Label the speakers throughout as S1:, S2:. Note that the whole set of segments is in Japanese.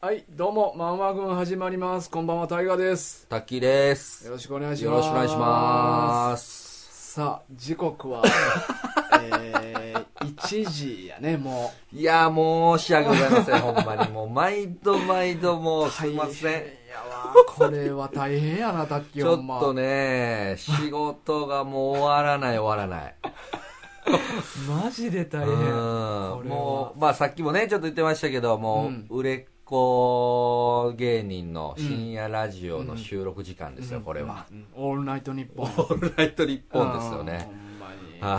S1: はい、どうも、まんま軍始まります。こんばんは、タイガーです。
S2: タッキーです。
S1: よ
S2: よ
S1: ろしくお願いします。
S2: ろしくお願いします。
S1: す。さあ、時刻 は、えー、1時やね、も
S2: いやー、申し訳ござ いません、ほんまに。もう、毎度毎度も
S1: う。
S2: う、すいませ
S1: 大
S2: ん。
S1: 変やわ。これは大変やな、タッキ
S2: ち
S1: ー、
S2: ょ
S1: ほ
S2: っ
S1: んま。
S2: とね、仕事がもう終わらない終わらない。
S1: マジで大
S2: う
S1: 変。
S2: ん。も
S1: こ
S2: う、まあさっきもね、ちょっと言ってましたけど、も
S1: うん
S2: う、売れっ子芸人の深夜ラジオの収録時間ですよ、これは。
S1: うん。オールナイトニッポン。
S2: オールナイト日本ですよね
S1: う。んほんまに。
S2: あ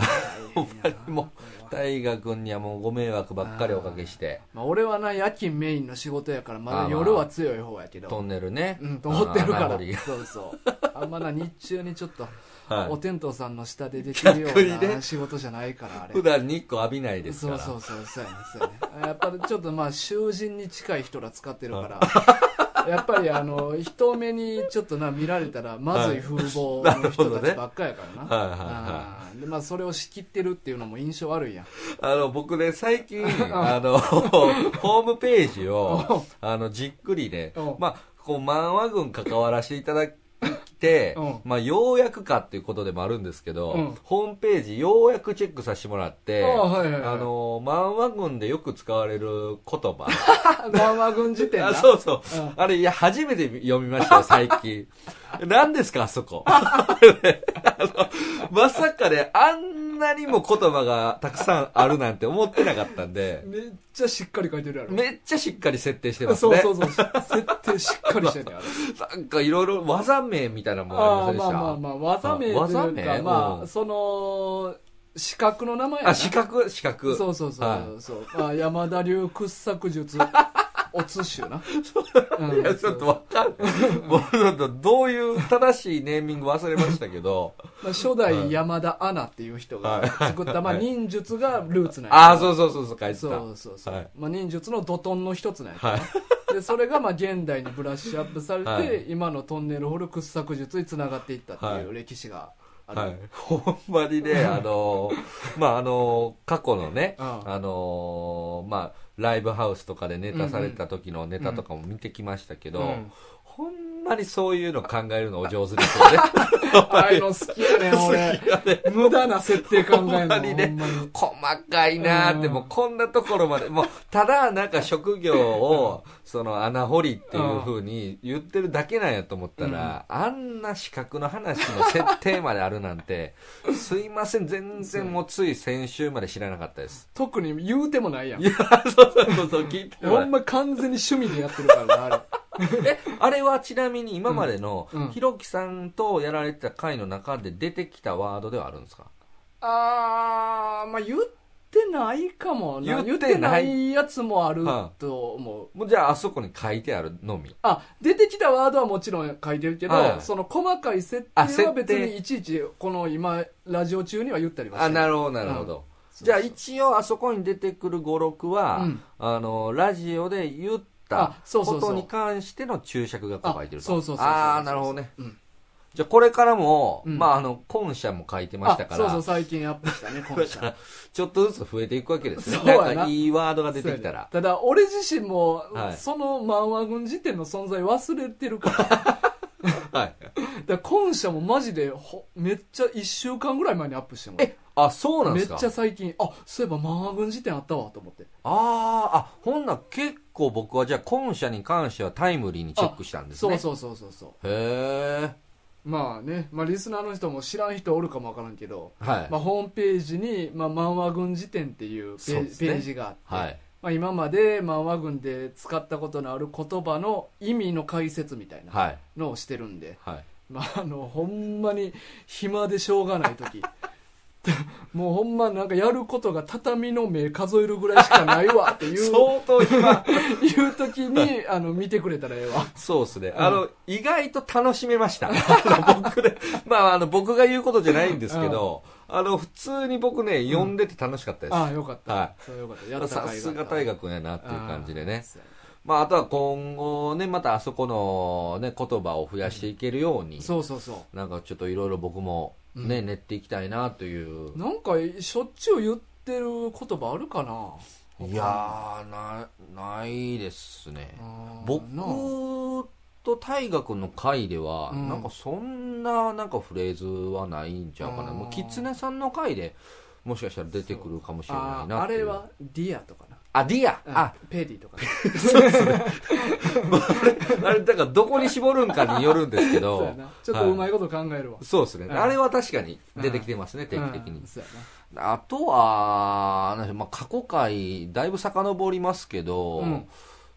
S1: ほんまに
S2: もう、大河君にはもうご迷惑ばっかりおかけして。
S1: まあ、俺はな、夜勤メインの仕事やから、ま
S2: あ
S1: だ
S2: ー
S1: 夜は強い方やけど。
S2: トンネルね。
S1: うん、と思ってるから
S2: 雨漏りが。
S1: そうそう。あんまな、日中にちょっと、
S2: はい
S1: お天道さんの下でできるよ
S2: 逆に
S1: うな
S2: ね
S1: 仕事じゃないから、 あれ。
S2: 普段日光浴びないですか
S1: そ
S2: ら。
S1: うそうそう、そうやね、そうやね。やっぱちょっとまあ、囚人に近い人ら使ってるから、 やっぱりあの、人目にちょっとな、見られたら、まずい風貌の人たちばっかやからな。
S2: なるほどねはいはい
S1: あーで、まあ、それを仕切ってるっていうのも印象悪い やん。
S2: あの、僕ね、最 近、あの、ホームページを、あの、じっくりね
S1: うん、
S2: まあ、こう、漫画軍関わらせていただきて、
S1: うん
S2: まあ、ようやくかっていうことでもあるんですけど、
S1: うん
S2: ホームページようやくチェックさせてもらって、
S1: あはいはいはい
S2: あの、漫画軍でよく使われる 言葉。
S1: マンマ軍時点
S2: あ
S1: な。
S2: そうそう
S1: うん。
S2: あれ、いや、初めて読みま したよ、最近。何ですか、あそこ。あのまさかね、あんなにも言葉がたくさんあるなんて思ってなかったんで、
S1: めっちゃしっかり書いてるやろ。
S2: めっちゃしっかり設定してます
S1: そう
S2: ね。
S1: そうそう。設定しっかりしてんねんあれ。
S2: なんかいろいろ技名みたいなのも
S1: あ
S2: あ
S1: あ
S2: りま
S1: ま
S2: せ
S1: あま
S2: んでした。
S1: あまあ技名と
S2: あ技
S1: いうか
S2: 名
S1: ま
S2: う
S1: あ
S2: ん
S1: その資格の名前やな
S2: あ、資格、資格。
S1: そうそうそう、
S2: は
S1: そうまあ山田流掘削 術おつしゅな、う
S2: い、いや、ちょっとわかん ない。もうちょっと、どういう正しいネーミング忘れましたけど。
S1: まあ、初代山田アナっていう人が作った、まあ、
S2: はい
S1: 忍術がルーツなんや
S2: ああ、そうそうそうそう、書いてた。
S1: そうそうそう、
S2: はい
S1: まあ、忍術の怒涛の一つなんや、
S2: はい。
S1: でそれがまあ現代にブラッシュアップされて、
S2: はい
S1: 今のトンネル掘る掘削術につながっていったっていう
S2: は
S1: 歴史がある、
S2: はい、ほんまに ね、あのまあ、あの過去のね、
S1: うん
S2: あのまあ、ライブハウスとかでネタされた時のネタとかも見てきましたけど、
S1: うん
S2: ほんまにそういうの考えるのお上手ですよね。
S1: ああいうの好きや ねん俺無駄な設定考え
S2: ほ
S1: るの
S2: んまに
S1: ほん
S2: ね
S1: まに、
S2: 細かいなーって、
S1: うん
S2: もうこんなところまで、もう、ただなんか職業を、その穴掘りっていう風に言ってるだけなんやと思ったら、あんな資格の話の設定まであるなんて、すいません、全然もうつい先週まで知らなかったです。
S1: 特に言うてもないやん
S2: いや、 そうそうそうそう、聞いて
S1: ほ
S2: ない
S1: んま完全に趣味でやってるからな、あれ。
S2: え、あれはちなみに今までの
S1: うんうん、
S2: ひろきさんとやられてた回の中で出てきたワードではあるんですか
S1: あー、まあ言ってないかもな。言
S2: 言
S1: っ
S2: ってて
S1: な
S2: ない
S1: いやつもある
S2: は
S1: と思う。
S2: もうじゃあ、あそこに書いてあるのみ。
S1: あ、出てきたワードはもちろん書いてるけど、
S2: はい
S1: その細かい設
S2: あ
S1: 定は
S2: 設定
S1: 別にいちいち、この今、ラジオ中には言ったりはして
S2: あ、
S1: ない
S2: なるほど、なるほど。
S1: そう
S2: じゃあ一応あそこに出てくる5、6は、
S1: うん
S2: あの、ラジオで言っ
S1: あ
S2: た
S1: そう
S2: こ
S1: そうそう
S2: とに関しての注釈がこう書いてると。
S1: あそうそうそうそう
S2: あーなるほどね。
S1: うん
S2: じゃあこれからも、
S1: うん
S2: まああの、今社も書いてましたから、
S1: あそうそう、最近アップしたね、今週。
S2: ちょっとずつ増えていくわけですね。
S1: そうやな
S2: なんかいいワードが出てきたら。
S1: ただ、俺自身も、
S2: はい
S1: その漫画軍時点の存在忘れてる から。
S2: はい。
S1: だから今社もマジでほめっちゃ1週間ぐらい前にアップしてもらう
S2: え、あ、そうなん
S1: め
S2: で
S1: っ
S2: すか
S1: ちゃ最近あそういえばマー軍辞典あったわと思って
S2: あーあ、ほんなら結構僕はじゃあ今社に関してはタイムリーにチェックしたんです
S1: そ
S2: ね。
S1: うそうそうそうそう
S2: へえ。
S1: まあね、まあ、リスナーの人も知らん人おるかもわからんけど、
S2: はい。
S1: まあ、ホームページに「まあ、漫画軍辞典」っていうペ
S2: そう
S1: ー
S2: で
S1: ジ,、
S2: すね
S1: ページがあって、
S2: はい。
S1: まあ、今まで漫画軍で使ったことのある言葉の意味の解説みたいな
S2: はい。
S1: のをしてるんで、
S2: はい。
S1: まあ、あのほんまに暇でしょうがない時 もうほんまなんかやることが畳の目数えるぐらいしかないわって いう
S2: 相当今、
S1: いう時に、あの、見てくれたらええわ。
S2: そうですね。
S1: ん
S2: あの、意外と楽しめました。 あの僕で、まあ、あの、僕が言うことじゃないんですけど、あの、普通に僕ね、読んでて楽しかったです。
S1: ああ、よかった。
S2: は
S1: それよかった。や
S2: い
S1: った。
S2: さすが大学やなっ
S1: って
S2: いう感じでね。まあ、あとは今後ね、またあそこのね、言葉を増やしていけるように、
S1: そうそうそ
S2: なんかちょっといろいろ僕もね、練っていきたいなという
S1: う。。なんか、しょっちゅう言ってる言葉あるかな
S2: いやーなないですね
S1: あー
S2: 僕
S1: なあ
S2: と大河君の回では、
S1: うん
S2: なんかそんななんかフレーズはないんちゃうかな
S1: あー
S2: もう狐さんの回でもしかしたら出てくるかもしれない
S1: あ
S2: な
S1: あ
S2: ってい
S1: れ
S2: う
S1: はディアとかな
S2: あディア
S1: うん
S2: あ
S1: ペディとかね
S2: あれだからどこに絞るんかによるんです け
S1: そうや
S2: ど
S1: なちょっとうまいこと考えるわ、
S2: そうですね、
S1: うん
S2: あれは確かに出てきてますね、定期的に
S1: うん、そうやな
S2: あとは、なんでしょうまあ、過去回、だいぶ遡りますけど、
S1: うん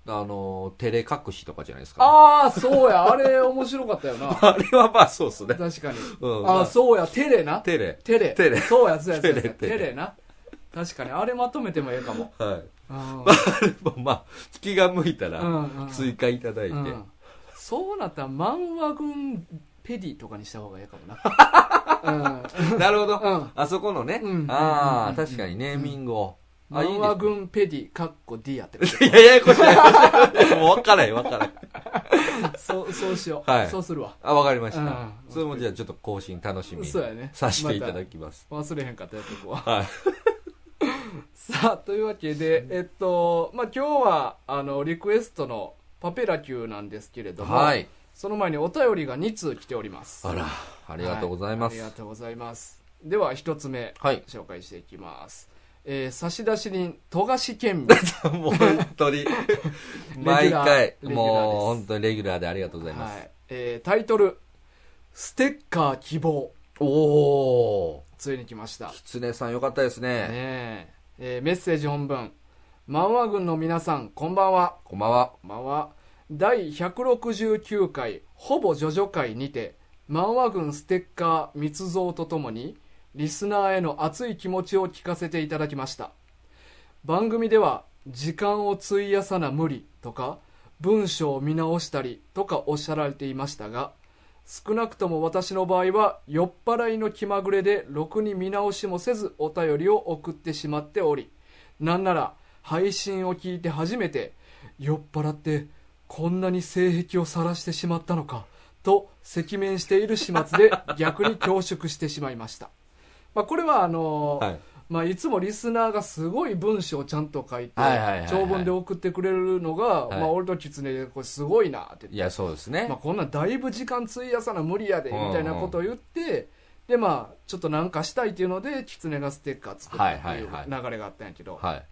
S2: あの、照れ隠しとかじゃないですか。
S1: ああそうやあれ面白かったよ な
S2: あれはまあそうっすね。
S1: 確かに
S2: うん、ま
S1: あ
S2: あ
S1: あそうやテレな
S2: テレ。
S1: テレ
S2: テレ
S1: そうやそうやそうや
S2: テレ
S1: テレな確かにあれまとめてもええかも
S2: はい。
S1: うん
S2: あれも まあ、気が向いた
S1: うん
S2: ら、
S1: うん
S2: 追加いただいて。
S1: うんそうなったら漫画軍ペディとかにした方がええかもな
S2: なるほど。
S1: うん
S2: あそこのね、
S1: うん
S2: ああ、
S1: うん
S2: 確かにネーミングを。
S1: うん
S2: あ、いい
S1: 漫
S2: で
S1: 画軍ペディかっこディアってこ
S2: す ね。いや、ややこしいややこしい。 もう分からへん、分からへん。
S1: とそうそうしよう、
S2: はい
S1: そうするわ
S2: あ、分かりました。
S1: うん
S2: それもじゃあちょっと更新楽しみ
S1: そうやね
S2: にさせていただきます。
S1: 忘れへんかったやつこは
S2: はい。
S1: さあというわけでえっとまあ今日はあのリクエストのパペラ Q なんですけれども、
S2: はい。
S1: その前にお便りが2通来ております
S2: あら、ありがとうございま
S1: はありが
S2: す。
S1: とうございますでは1つ目
S2: はい。
S1: 紹介していきます、えー、差出人富樫県民
S2: もう本 当に。 毎
S1: レギ
S2: 回、
S1: ュラーです
S2: もう本当にレギュラーでありがとうございます。
S1: はいえータイトル「ステッカー希望
S2: おお」
S1: ついに来ました、ね
S2: ー。狐さんよかったですね。
S1: ええーメッセージ本文漫画軍の皆さんこんばんは
S2: こんばんは。
S1: こんばんは第169回ほぼ叙々会にて漫画軍ステッカー密造とともにリスナーへの熱い気持ちを聞かせていただきました番組では「時間を費やさな無理」とか「文章を見直したり」とかおっしゃられていましたが少なくとも私の場合は酔っ払いの気まぐれでろくに見直しもせずお便りを送ってしまっておりなんなら配信を聞いて初めて酔っ払ってこんなに性癖を晒してしまったのかと赤面している始末で逆に恐縮してしまいました、まあ、これはあのー
S2: はい。
S1: まあ、いつもリスナーがすごい文章をちゃんと書いて
S2: はいはいはいはい
S1: 長文で送ってくれるのが、
S2: はい
S1: まあ、俺と狐でこれすごいなって
S2: いや、そうですね
S1: まあ、。こんなんだいぶ時間費やさな無理やでみ
S2: うんうん
S1: たいなことを言ってでまあちょっとなんかしたいっていうので狐がステッカー作ったっていう
S2: はいはい
S1: 流れがあったんやけど、
S2: はい。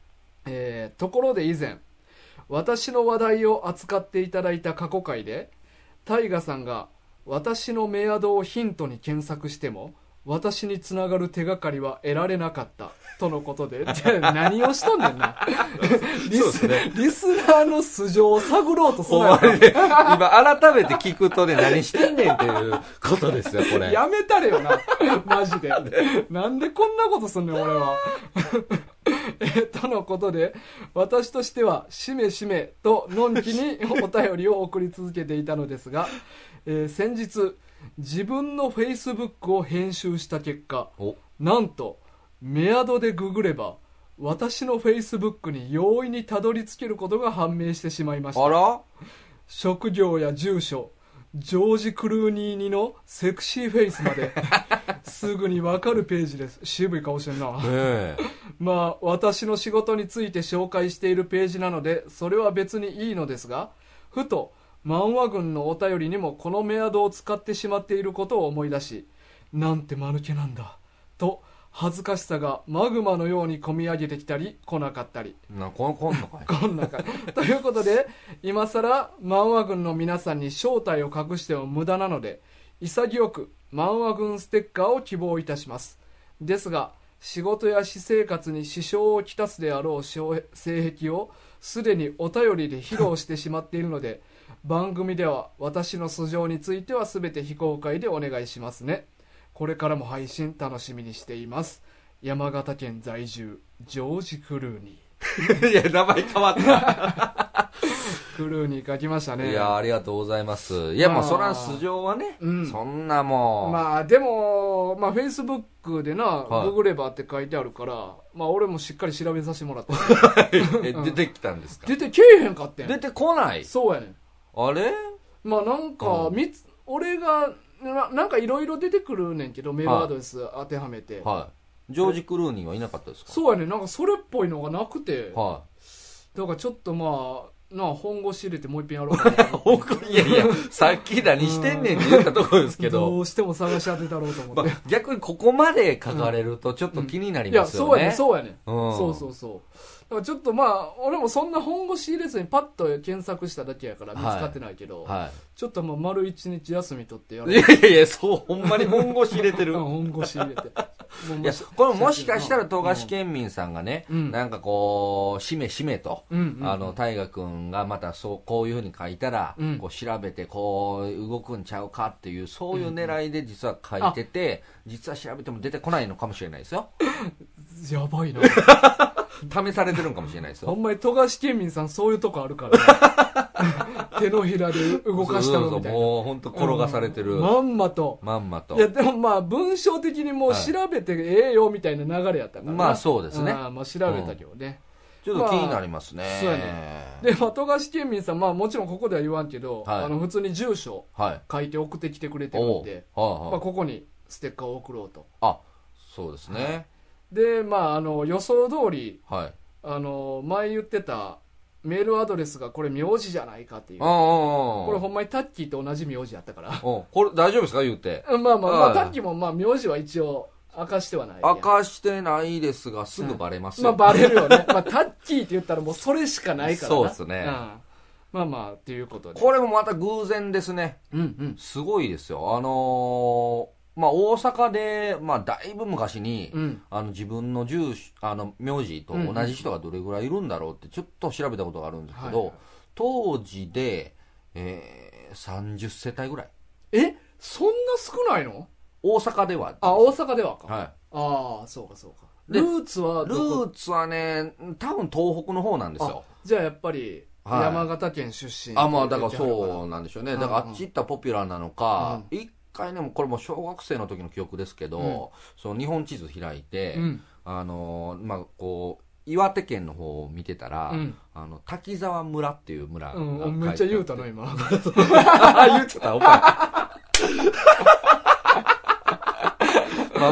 S1: えーところで以前私の話題を扱っていただいた過去回でタイガさんが私のメアドをヒントに検索しても私につながる手がかりは得られなかったとのこと でじゃあ何をしたんだよなリ
S2: そうで
S1: ス
S2: すね
S1: リスナーの素性を探ろうとす
S2: ほん
S1: なよ
S2: まにね、今改めて聞くとね、何してんねんっていうことですよ、これ。
S1: やめたれよな。 マジで。なんでこんなことすんねん、俺は。 えとのことで、私としては、しめしめと、のんきにお便りを送り続けていたのですが、えー先日、自分の Facebook を編集した結果、
S2: お、
S1: なんと、メアドでググれば、私の Facebook に容易にたどり着けることが判明してしまいました
S2: あ。ら
S1: 職業や住所ジョージ・クルーニーにのセクシーフェイスまですぐにわかるページです渋い顔してんな
S2: ええ。
S1: まあ私の仕事について紹介しているページなのでそれは別にいいのですがふと漫画軍のお便りにもこのメアドを使ってしまっていることを思い出しなんて間抜けなんだと恥ずかしさがマグマのように込み上げてきたり来なかったり
S2: な、こん、こんのかい。
S1: こんな感じ。ということで、今更、漫画軍の皆さんに正体を隠しても無駄なので、潔く漫画軍ステッカーを希望いたします。ですが、仕事や私生活に支障をきたすであろう性癖を、すでにお便りで披露してしまっているので、番組では私の素性については全て非公開でお願いしますね。これからも配信楽しみにしています。山形県在住、ジョージ・クルーニー。
S2: いや、名前変わった。
S1: クルーに書きましたね
S2: いや、ありがとうございます。いや、まあ、
S1: まあ
S2: そら、素性はね、
S1: うん
S2: そんなもう。
S1: まあでもまあフェイスブックでな、
S2: はい
S1: ググればって書いてあるからまあ俺もしっかり調べさせてもらった
S2: え、出てきたんですか
S1: 出てけえへんかってん
S2: 出てこない
S1: そうやねん
S2: あれ
S1: まあなんか、
S2: うん
S1: みつ俺がななんかいろいろ出てくるねんけどメールアドレス当てはめて、
S2: はジョージ・クルーニーはいなかったですか
S1: そうやねなんかそれっぽいのがなくて
S2: は
S1: だからちょっとまあなあ本腰入れてもう一遍やろうかな
S2: い。いやいや、さっき何してんねんって言ったところ ですけ
S1: ど
S2: ど、
S1: うしても探し当てたろうと思
S2: ま
S1: っ
S2: あ
S1: て、
S2: 逆にここまで書かれるとちょっと気になり
S1: いや
S2: ます
S1: そ
S2: よ
S1: うやね
S2: ね。
S1: そうやね
S2: うん
S1: そうそうそうだからちょっとまあ俺もそんな本腰入れずにパッと検索しただけやから見つかってないけど、
S2: は
S1: ちょっとまあ丸一日休み取ってやろ
S2: い。
S1: う
S2: いやいやいや、そう、ほんまに本腰入れ て
S1: う
S2: る
S1: ん。本腰入れ てもう
S2: いや、これもしかしたら富樫県民さんがね、
S1: うん
S2: なんかこう、しめしめと、
S1: うんうんうん
S2: あの、大河君がまたそう、こういうふうに書いたら、
S1: うん
S2: こう調べて、こう、動くんちゃうかっていう、そういう狙いで実は書いてて、実は調べても出てこないのかもしれないですよ。
S1: やばいな
S2: 試されてるのかもしれないです
S1: ほ
S2: よ。
S1: んまに富樫県民さんそういうとこあるから な手のひらで動かしたのみたい
S2: そうそうそう
S1: な
S2: もう本当転がされてる、
S1: まんまと
S2: まんまと
S1: い。やでもまあ文章的にもう
S2: はい
S1: 調べてええよみたいな流れやったからな
S2: まあそうですね
S1: あーまあ調べたけどね、
S2: ちょっと気になりますね。
S1: そうやでまあ富樫県民さんまあもちろんここでは言わんけど、
S2: はい
S1: あの普通に住所
S2: はい。
S1: 書いて送ってきてくれてる
S2: お
S1: ん
S2: う
S1: で、
S2: はい
S1: ま
S2: は
S1: あ、
S2: い
S1: ここにステッカーを送ろうと
S2: あ、そうですね。
S1: でまああの予想通り
S2: はい。
S1: あの前言ってたメールアドレスがこれ名字じゃないかっていう
S2: ああ、ああああ
S1: これほんまにタッキーと同じ名字やったから
S2: うんこれ大丈夫ですか言うて。
S1: まあまあまあ
S2: はい
S1: タッキーもまあ名字は一応明かしてはない
S2: 明かしてないですが、すぐバレます
S1: まあ
S2: よ。
S1: バレるよね、 まあ、タッキーって言ったらもうそれしかないからな
S2: そうっすね
S1: んまあまあっていうことで
S2: これもまた偶然ですね。
S1: うんうん
S2: すごいですよ。あのーまあ大阪で、まあだいぶ昔に、
S1: うん
S2: あの自分の住所、あの、名字と同じ人がどれぐらいいるんだろうってちょっと調べたことがあるんですけど、
S1: はい
S2: 当時で、えー、30世帯ぐらい。
S1: えそんな少ないの
S2: 大阪では。
S1: あ大阪ではか、
S2: はい。
S1: ああそうかそうか
S2: で
S1: ルーツは
S2: ル
S1: どこ
S2: ーツはね、多分東北の方なんですよ。
S1: あじゃあやっぱり
S2: はい
S1: 山形県出身、
S2: あ、まあ、だからそうなんでしょうね。だから
S1: うんうん
S2: あっち行ったらポピュラーなのか、一回ね、もうこれもう小学生の時の記憶ですけど、
S1: うん
S2: その日本地図開いて、
S1: うん
S2: あのー、まあ、こう、岩手県の方を見てたら、
S1: うん
S2: あの、滝沢村っていう村が書いて
S1: う
S2: あって
S1: ん、めっちゃ言うたの。今
S2: あ 言っちゃった、お 前。ま あ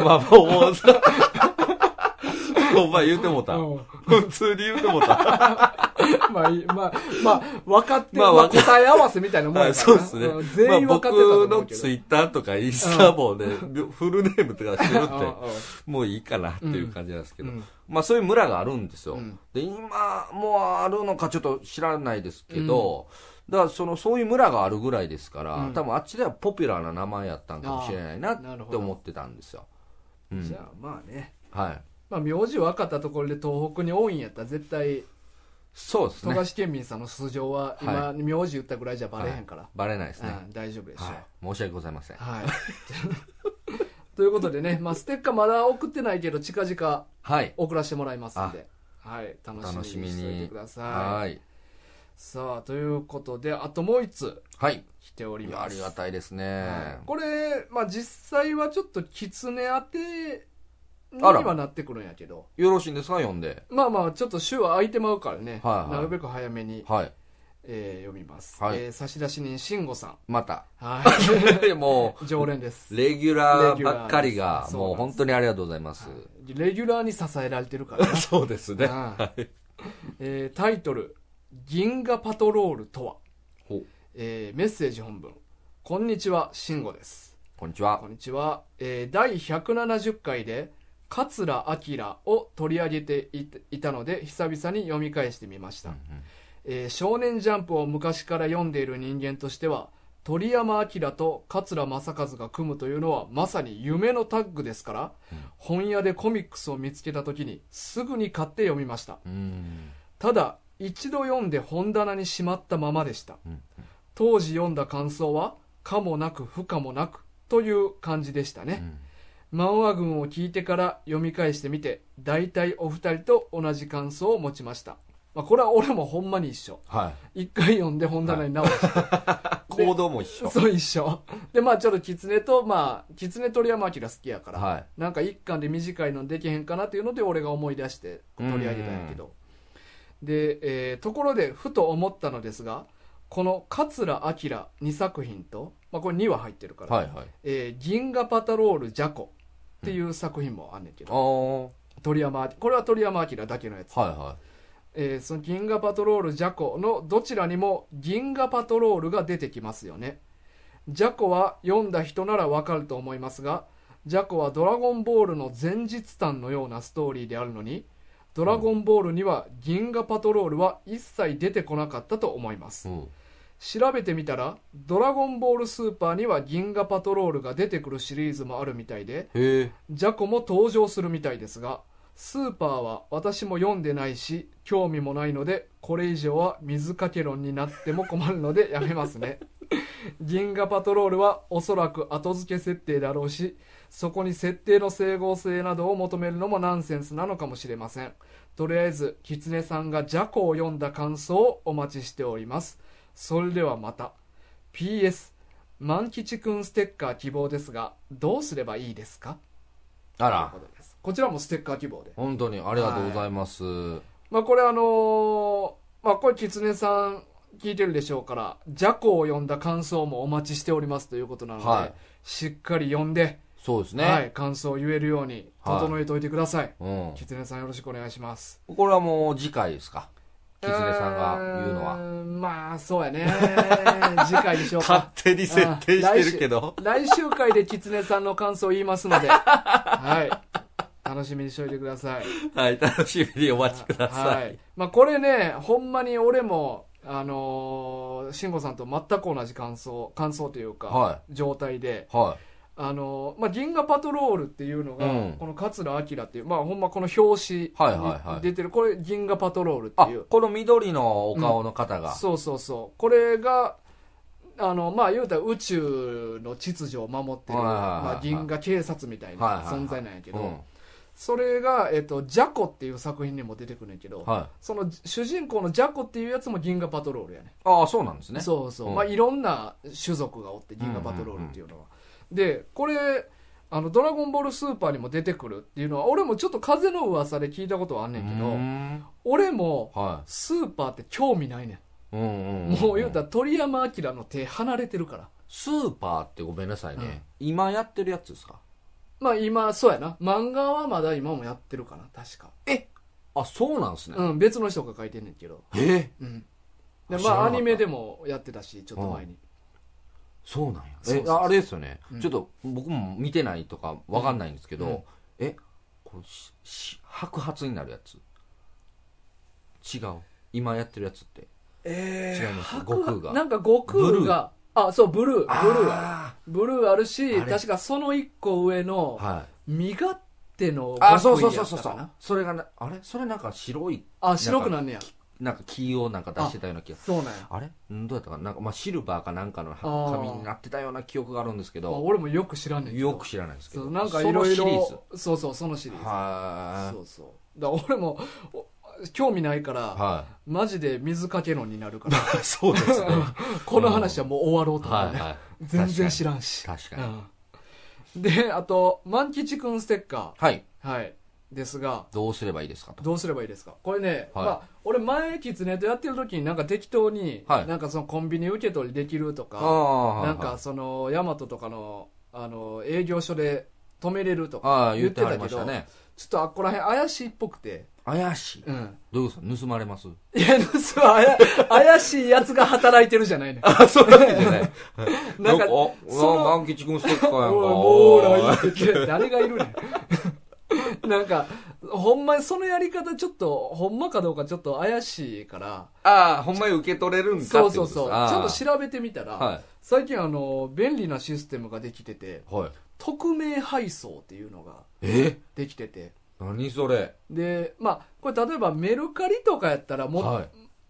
S2: まあ、もうもう、そうお前言うてもうた。
S1: うん
S2: 普通に言うてもうた。
S1: まあいいまあまあ分かって、
S2: まあ
S1: まあ、
S2: 分か
S1: 答え合わせみたいなもんやから
S2: は、
S1: ない
S2: そうですね
S1: ん。全員
S2: まあ
S1: 分かってたと思う
S2: 僕
S1: けど、
S2: のツイッターとかインスタもね、 フルネームとか知る
S1: うん
S2: って、もういいかなっていう感じなんですけど、
S1: うんうん
S2: まあそういう村があるんですよ。
S1: うん
S2: で、今もうあるのかちょっと知らないですけど、だからその、そういう村があるぐらいですから、
S1: うん
S2: 多分あっちではポピュラーな名前やったんかもしれないな
S1: あーなるほ
S2: って
S1: ど
S2: 思ってたんですよ。う
S1: うんじ
S2: ん
S1: ゃ。あまあね
S2: はい。
S1: まあ名字分かったところで東北に多いんやったら絶対
S2: そうです
S1: 富
S2: ね。
S1: 樫県民さんの素性は今、
S2: は
S1: 名字言ったぐらいじゃバレへんから、
S2: はいバレないですね。
S1: うん大丈夫でしょう、
S2: はい。申し訳ございません。
S1: はい。 ということでね、まあ、ステッカーまだ送ってないけど、近々
S2: はい。
S1: 送らせてもらいますんで、はい、楽
S2: 楽
S1: し
S2: し
S1: み
S2: み
S1: にしておいて
S2: に
S1: くだ。さい。
S2: はい。
S1: さあ、ということで、あともう一つ
S2: はい。
S1: 来ており
S2: いや
S1: ま
S2: あ
S1: す。
S2: りがたいです
S1: は
S2: ね
S1: い。これ、まあ、実際はちょっと狐当てに
S2: あら
S1: はなってくるんやけど、
S2: よろしいんですか読んで。
S1: まあまあ、ちょっと週は空いてまうからね、
S2: はいはい
S1: なるべく早めに、
S2: はい。
S1: えー読みます。
S2: はい
S1: えー差出人、慎吾さん。
S2: また。
S1: はい。
S2: も
S1: 常連です。
S2: う、レギュラーばっかりが、
S1: そうなん
S2: も
S1: です
S2: う本当にありがとうございます。
S1: レギュラーに支えられてるからね。
S2: そうですね
S1: はいえータイトル「銀河パトロールとは
S2: ほ」
S1: えーメッセージ本文「こんにちは慎吾です」
S2: こんにち
S1: こ
S2: は。
S1: んにちは、えー第170回で「桂明」を取り上げていたいたので久々に読み返してみました、えー少年ジャンプ」を昔から読んでいる人間としては鳥山明と桂正和が組むというのはまさに夢のタッグですから、
S2: うん
S1: 本屋でコミックスを見つけた時にすぐに買って読みました
S2: うん。
S1: ただ一度読んで本棚にしまったままでした
S2: うん
S1: 当時読んだ感想は可もなく不可もなくという感じでした
S2: う
S1: ね、
S2: ん
S1: 漫画群を聞いてから読み返してみて大体お二人と同じ感想を持ちました、まあ、これは俺もほんまに一緒
S2: はい。
S1: 一回読んで本棚に直して、
S2: 行動も一緒。
S1: そう一緒でまあちょっと狐とまあ狐鳥山明好きやから、
S2: はい。
S1: なんか一巻で短いのできへんかなっていうので俺が思い出して取り上げたんやけど、で、えーところでふと思ったのですがこの桂明2作品と、まあ、これ2は入ってるから「
S2: はいはい。
S1: えー銀河パトロールジャコ」っていう作品もあんねんけ
S2: あ
S1: ど、
S2: あは
S1: 鳥山これは鳥山明だけのやつ、
S2: いは
S1: えーその銀河パトロールジャコのどちらにも銀河パトロールが出てきますよねジャコは読んだ人ならわかると思いますがジャコは「ドラゴンボール」の前日譚のようなストーリーであるのに「ドラゴンボール」には銀河パトロールは一切出てこなかったと思います
S2: い、うん、
S1: 調べてみたら「ドラゴンボールスーパー」には銀河パトロールが出てくるシリーズもあるみたいで
S2: へえ
S1: ジャコも登場するみたいですがスーパーは私も読んでないし興味もないのでこれ以上は水かけ論になっても困るのでやめますね銀河パトロールはおそらく後付け設定だろうしそこに設定の整合性などを求めるのもナンセンスなのかもしれませんとりあえずキツネさんがジャコを読んだ感想をお待ちしておりますそれではまた PS 万吉くんステッカー希望ですがどうすればいいですか
S2: あ
S1: という
S2: ら
S1: ことですこちらもステッカー希望で。
S2: 本当にありがとうございます、
S1: まあこれあのーまあこれキツネさん聞いてるでしょうから、ジャコを読んだ感想もお待ちしておりますということなので、
S2: はい
S1: しっかり読んで、
S2: そうですね、
S1: はい、感想を言えるように整えておいてください。
S2: うん、
S1: キツネさんよろしくお願いします。
S2: これはもう次回ですかキツネさんが言うのは
S1: ーんまあそうやね。 次回にしようか。
S2: 手に
S1: あー来週来週回でキツネさんの感想を言います ので、はい、楽しみにしておいてください。
S2: はい楽しみにお待ちくださ、
S1: はいい。まあ、これね、ほんまに俺も、あのー、慎吾さんと全く同じ感想、感想というか、
S2: は
S1: 状態で、
S2: は
S1: あのーまあ、銀河パトロールっていうのが、
S2: うん
S1: この桂明っていう、まあ、ほんまこの表紙に
S2: はいはいはい
S1: 出てる、これ銀河パトロールっ
S2: い、
S1: てい
S2: あ
S1: う。
S2: この緑のお顔の方が、
S1: そうそうそう。これが、あの、まあ、言うたら宇宙の秩序を守ってる、
S2: はいはいはいはい
S1: まあ、銀河警察みたい
S2: はいは
S1: ない
S2: はい
S1: 存在なんやけど、
S2: うん
S1: それが、えっと、ジャコっていう作品にも出てくるんやけど、
S2: はい
S1: その主人公のジャコっていうやつも銀河パトロールやね
S2: ああそうなんですね
S1: そうそう、
S2: うん
S1: まあいろんな種族がおって銀河パトロールっていうのは、でこれあの「ドラゴンボールスーパー」にも出てくるっていうのは俺もちょっと風の噂で聞いたことはあんねんけど、
S2: うーん
S1: 俺も
S2: は
S1: スーパーって興味ないね
S2: い、うんう
S1: ん、
S2: んん
S1: もう言うたら鳥山明の手離れてるから
S2: スーパーってごめんなさいね、今やってるやつですか
S1: まあ今そうやな漫画はまだ今もやってるかな確か
S2: あそうなんですね、
S1: うん別の人が書いてんねんけど
S2: え
S1: うんで
S2: 知
S1: ま
S2: らな
S1: あ
S2: か
S1: ア
S2: った
S1: ニメでもやってたしちょっと前に、
S2: そうなんやえ
S1: そうそうそう
S2: ああれですよね、
S1: うん
S2: ちょっと僕も見てないとかわかんないんですけど、
S1: うんうん
S2: えこれしし白髪になるやつ違う今やってるやつって
S1: え
S2: 違います
S1: 白
S2: 悟空が
S1: なんか悟空があそうブルーブルーある
S2: あ
S1: ブルーあるし
S2: あれ
S1: 確かその一個上の
S2: ーはい
S1: 身勝手の
S2: あそ
S1: 悟
S2: う
S1: 空
S2: そ
S1: や
S2: うそう
S1: った
S2: そ
S1: か
S2: うそ
S1: な
S2: うそれがなあれそれなんか白い
S1: あ白くなんねや
S2: なんか黄をなんか出してたような気が
S1: そうなんや
S2: あれんどうやったかななんか、まあ、シルバーかなんかの
S1: あー
S2: 紙になってたような記憶があるんですけ
S1: まあ
S2: ど
S1: 俺もよく知らんねんけど
S2: よく知らないですけ
S1: そ
S2: ど
S1: うなんかいろい
S2: そのシリーズ
S1: ろそうそうそのシリー
S2: は
S1: ズそ
S2: い
S1: うそうだから俺もお興味ないから
S2: は
S1: マジで水かけ論になるから
S2: いそうです ね
S1: この話はもう終わろうと思
S2: は
S1: う
S2: い
S1: ね
S2: はい
S1: 全然知らんし
S2: 確かに
S1: うんであと万吉くんステッカ
S2: はい
S1: ーはいですが
S2: どうすればいいですかと
S1: どうすればいいですかこれね、
S2: はい
S1: まあ、俺前キツネとやってる時になんか適当に、
S2: はい
S1: なんかそのコンビニ受け取りできるとか、
S2: あ
S1: なんかそのヤマトとかのあの営業所で止めれるとか
S2: ああ言ってはりましたね
S1: ちょっとあっこら辺怪しいっぽくて、
S2: 怪しい
S1: うん、
S2: どういうことですか盗まれます
S1: いや盗まあや怪しいやつが働いてるじゃないね
S2: あそういうわけじゃ ない
S1: なんか
S2: お
S1: その
S2: 万吉君ステッカーやんか
S1: おいもう来月って誰がいるねんなんかほんまにそのやり方ちょっとほんまかどうかちょっと怪しいから
S2: ああほんまに受け取れるんかって
S1: そ
S2: こ
S1: う
S2: と
S1: そ
S2: で
S1: う
S2: す
S1: そうち
S2: ああ
S1: ゃんと調べてみたら、
S2: は
S1: 最近あの便利なシステムができてて
S2: いはい
S1: 匿名配送っていうのが
S2: え
S1: できてて
S2: 何それ
S1: でまあこれ例えばメルカリとかやったらも、
S2: はい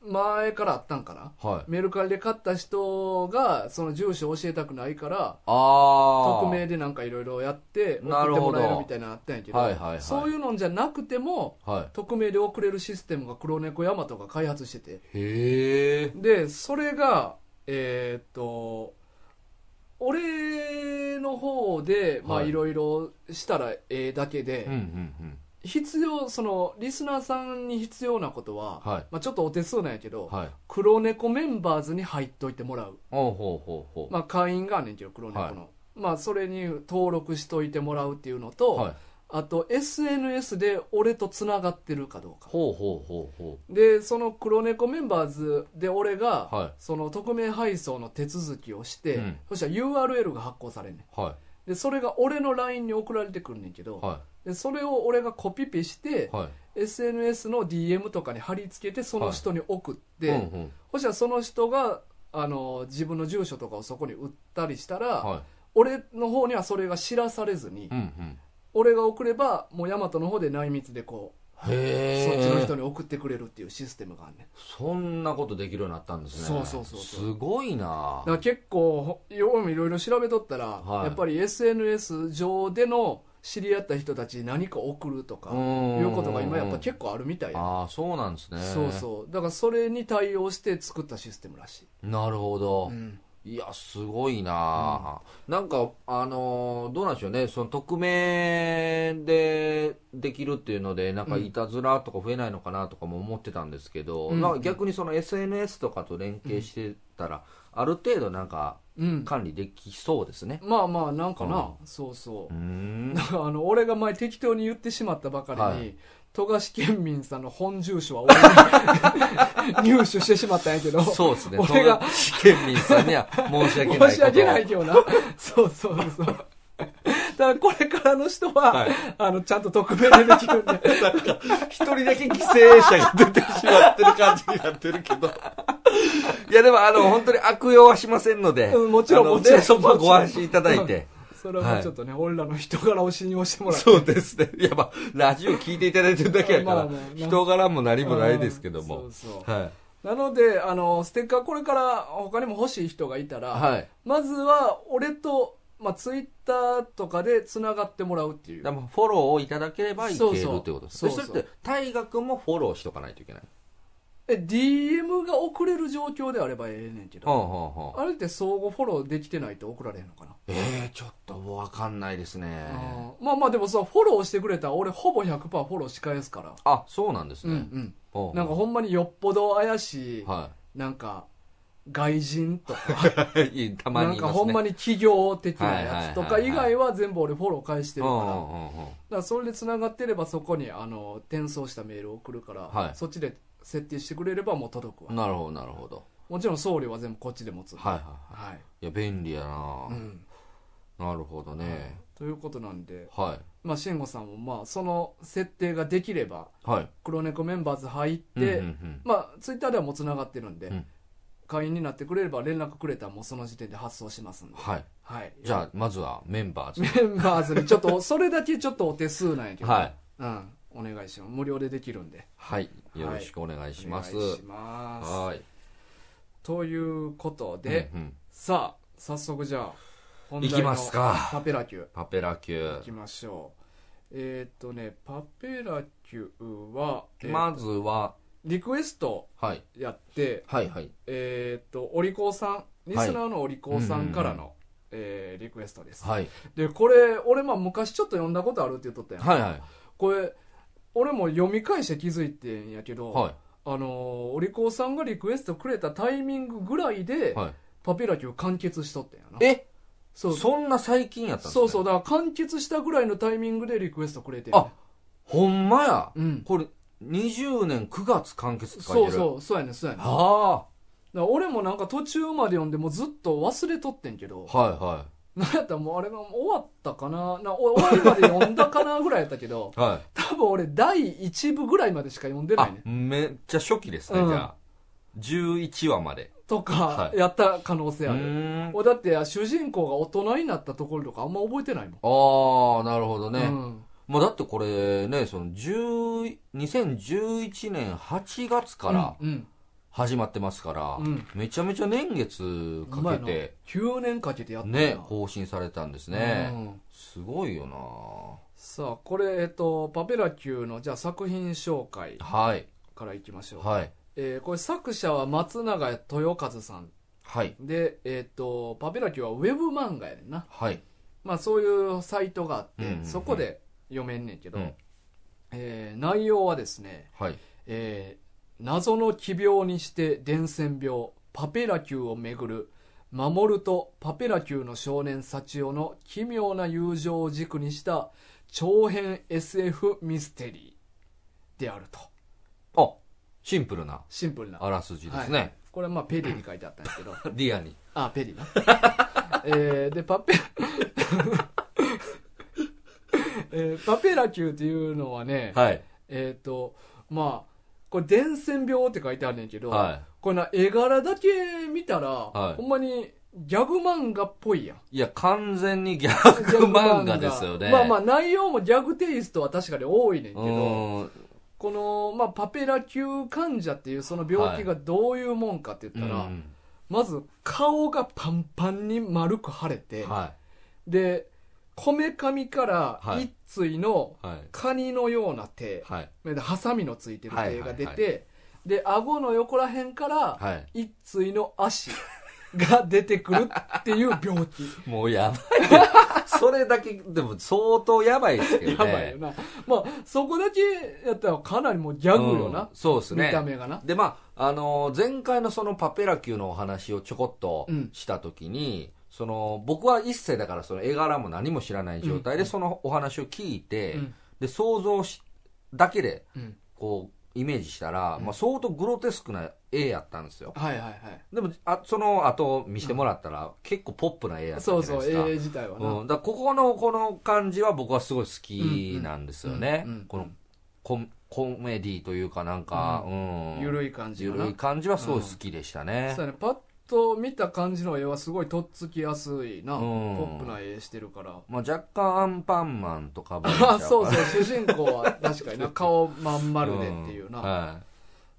S1: 前からあったんかな
S2: はい
S1: メルカリで買った人がその住所教えたくないから
S2: ああ
S1: 匿名でなんかいろいろやって送
S2: な
S1: っ
S2: る
S1: ても
S2: ほど
S1: らえるみたいなのあったんやけど
S2: はいはいはい
S1: そういうのんじゃなくても
S2: は
S1: 匿名で送れるシステムが黒猫ヤマトが開発してて
S2: いへえ
S1: でそれがえーっと俺の方でまあ
S2: はい
S1: いろいろしたらええだけで、
S2: うんうんうん
S1: 必要そのリスナーさんに必要なことは、
S2: はい
S1: まあ、ちょっとお手数なんやけど、
S2: はい
S1: 黒猫メンバーズに入っといてもらう、
S2: おうほうほうほう
S1: まあ、会員があんねんけど黒猫の、まあ、それに登録しといてもらうっていうのと、
S2: はい、
S1: あと SNS で俺とつながってるかどうか
S2: ほうほうほうほ
S1: でその黒猫メンバーズで俺が、
S2: はい
S1: その匿名配送の手続きをして、
S2: うん
S1: そしたら URL が発行されんね
S2: うは
S1: んでそれが俺の LINE に送られてくるねんけど、
S2: いは
S1: でそれを俺がコピペして
S2: い、はい
S1: SNS の DM とかに貼り付けてその人に送って、
S2: うんうん
S1: そしたらその人があの自分の住所とかをそこに売ったりしたら、
S2: は
S1: 俺の方にはそれが知らされずに、
S2: いうんうん
S1: 俺が送ればもう大和の方で内密でこ
S2: へ
S1: う、
S2: え
S1: そっちの人に送ってくれるっていうシステムがあんねん
S2: そんなことできるようになったんですね
S1: そうそうそうそう
S2: すごいな
S1: だから結構ようもいろいろ調べとったら、
S2: はい
S1: やっぱり SNS 上での知り合った人たちに何か送るとかい
S2: いう
S1: ことが今やっぱ結構あるみたいや
S2: ああそうなんですね
S1: そうそうだからそれに対応して作ったシステムらしい、
S2: なるほど、
S1: うん
S2: いやすごいな、なんかあのーどうなんでしょうねその匿名でできるっていうのでなんか
S1: うん
S2: いたずらとか増えないのかなとかも思ってたんですけど、
S1: うん
S2: なんか逆にその SNS とかと連携してたら、ある程度なんか
S1: うん、
S2: 管理できそうですね
S1: まあまあなんかな、そうそうう、
S2: ん
S1: あの俺が前適当に言ってしまったばかりに、
S2: はい
S1: 富樫県民さんの本住所は俺に 入手してしまったんやけど
S2: そうですね
S1: 俺が
S2: 東京県民さんには申し訳ないことを
S1: 申し訳ないけどな そうそうそうただこれからの人は、
S2: はい
S1: あのちゃんと匿名ででき るんで
S2: なんか、一人だけ犠牲者が出てしまってる感じになってるけど。いや、でも、あの、本当に悪用はしませんので。
S1: うんもちろん
S2: あの
S1: もちろん
S2: ねそこはご安心いただいて。
S1: それはもうちょっとね、俺らの人柄を信用してもらって
S2: そうですね。いや、まあ、ラジオ聞いていただいてるだけやか
S1: まあ
S2: ら
S1: まあ、な
S2: 人柄も何もないですけど
S1: う
S2: も
S1: ん。そうそう
S2: は
S1: なのであのステッカーこれから他にも欲しい人がいたら、
S2: い。はい。
S1: まずは俺と、まあ、ツイッターとかでつながってもらうっていう
S2: でもフォローをいただければいける
S1: そ
S2: と
S1: う
S2: い
S1: そう
S2: うことです
S1: そう
S2: ね。
S1: そう
S2: それって、大学もフォローしとかないといけない。
S1: え DM が送れる状況であればええねんけ
S2: ほう
S1: ど、
S2: ほうほう。
S1: あれって相互フォローできてないと送られへんのかな、
S2: ええ、ちょっとわかんないですね。
S1: うんまあまあでもさフォローしてくれたら俺ほぼ100%フォローし返すから、
S2: あ、そうなんです
S1: うん
S2: ね。
S1: う
S2: ほ
S1: ん
S2: う
S1: なんかほんまによっぽど怪しい、
S2: は
S1: なんか外人とか、
S2: い。いい たま
S1: なん
S2: にい
S1: か
S2: ますね。
S1: ほんまに企業的なやつとか
S2: はいはい
S1: 以
S2: はいはい
S1: 外は全部俺フォロー返してるから、
S2: うんうんうんうん
S1: だからそれでつながってればそこにあの転送したメールを送るから、
S2: はい
S1: そっちで設定してくれればもう届くわ
S2: なるほどなるほど
S1: もちろん送料は全部こっちで持つんで
S2: はいはいはい
S1: はい
S2: いや便利やな、
S1: うん
S2: なるほどね
S1: ということなんで、
S2: は
S1: まあ、慎吾さんもまあその設定ができれば
S2: いはい
S1: 黒猫メンバーズ入って、
S2: うんうんうん
S1: まあ、ツイッターではもうつながってるんで、
S2: うん
S1: 会員になってくれれば連絡くれたらもうその時点で発送しますんで、
S2: はい
S1: はい、
S2: じゃあまずはメンバーズ
S1: メンバーズにちょっとそれだけちょっとお手数なんやけど、
S2: はい
S1: うん、お願いします無料でできるんで
S2: はいよろしくお願いします
S1: お願いします
S2: はい
S1: ということで、
S2: うんうん
S1: さあ早速じゃあ本
S2: いきますか
S1: パペラ級
S2: パペラ級
S1: いきましょうえーっとねパペラ級は、えー
S2: まずは
S1: リクエスト
S2: はい
S1: やって
S2: はいはい
S1: えーっとお利口さんリスナーのお利口さんからの、えーリクエストです、
S2: はい
S1: でこれ俺まあ昔ちょっと読んだことあるって言っとったやん、
S2: はいはい
S1: これ俺も読み返して気づいてんやけど、
S2: は
S1: あのーお利口さんがリクエストくれたタイミングぐらいで、
S2: いはい
S1: パペラ級完結しとったんやな
S2: え
S1: そう
S2: そんな最近やったんですね
S1: そうそうだから完結したぐらいのタイミングでリクエストくれてんね
S2: あほんまや
S1: うん
S2: これ20年9月完結って書いて
S1: そ
S2: る
S1: うそうそうやねんそうやねんだか
S2: は
S1: ら俺もなんか途中まで読んでもうずっと忘れとってんけど
S2: あはいは
S1: なんやったらもうあれがもう終わったかななお終わりまで読んだかなぐらいやったけ ど
S2: いはい
S1: 多分俺第1部ぐらいまでしか読んでないね
S2: あめっちゃ初期ですね、
S1: うん
S2: じゃあ11話まで
S1: とか
S2: はい
S1: やった可能性あ
S2: う
S1: る、
S2: ーんあ
S1: 俺だって主人公が大人になったところとかあんま覚えてないもん
S2: あなるほどね、
S1: うん
S2: もうだってこれねその10 2011年8月から
S1: うん
S2: 始まってますから、
S1: うん
S2: めちゃめちゃ年月
S1: うん、
S2: かけて
S1: 9年かけてやったよな
S2: ね更新されたんですね、
S1: うん
S2: すごいよな
S1: さあこれ、えっと、パペラ級のじゃあ作品紹介
S2: はい
S1: からいきましょう、
S2: はい
S1: えーこれ作者は松永豊和さん
S2: はい
S1: で、えっと、パペラ級はウェブ漫画やねんな、
S2: はい
S1: まあ、そういうサイトがあって、
S2: うんうんうん
S1: そこで読めんねんけど、
S2: うん
S1: えー内容はですね、
S2: はい
S1: えー謎の奇病にして伝染病パペラ級をめぐる守るとパペラ級の少年幸男の奇妙な友情を軸にした長編 SF ミステリーであると
S2: あシンプルな
S1: シンプルな
S2: あらすじですね、
S1: はいこれはまあペリーに書いてあったんですけど
S2: ディアに
S1: あペリーなえーでパペ ラえーパペラ級っていうのはね、
S2: はい
S1: えっ、とまあこれ伝染病って書いてあるねんけど、
S2: は
S1: これな絵柄だけ見たら、
S2: はい
S1: ほんまにギャグ漫画っぽいやん。
S2: いいや完全にギャグ漫画ですよね
S1: まあまあ内容もギャグテイストは確かに多いねんけど、
S2: うーん
S1: この、まあ、パペラ級患者っていうその病気がどういうもんかって言ったら、
S2: うん
S1: まず顔がパンパンに丸く腫れて、
S2: は
S1: で、こめかみから一対の
S2: いはい
S1: カニのような手、
S2: はい
S1: でハサミのついてる手が出て、
S2: はいはいは
S1: で、顎の横らへんから
S2: はい
S1: 一対の足が出てくるっていう病気。
S2: もうやばい それだけでも相当 やばいですけどね
S1: やばいよな。まあ、そこだけやったらかなりもうギャグよ
S2: うん
S1: な。
S2: そうですね
S1: 見た目がな。
S2: でまああのー前回のそのパペラ級のお話をちょこっと
S1: うん
S2: した時に、その僕は一切だからその絵柄も何も知らない状態でそのお話を聞いて、
S1: うん
S2: で想像しだけで
S1: うん。
S2: こうイメージしたら、
S1: うん
S2: まあ、相当グロテスクな絵やったんですよ
S1: はいはいはい。
S2: でもあその後見せてもらったら、結構ポップな絵やったじゃ
S1: そ
S2: な
S1: う
S2: いです
S1: そ
S2: か
S1: う、絵自体はな。
S2: うん、だからここのこの感じは僕はすごい好きなんですよね、
S1: うんうんうんうん
S2: このコンコメディというかなんか、
S1: う
S2: うん
S1: ゆるい感じ
S2: ゆ
S1: よな。
S2: るい感じはすごい好きでしたね
S1: そう、やね、パッと見た感じの絵はすごいとっつきやすいな。
S2: うん
S1: ポップな絵してるから。
S2: まあ、若干アンパンマンとかぶれちゃ
S1: あ
S2: うから
S1: そうそう、主人公は確かにな、顔まん丸でっていうな。
S2: んは、。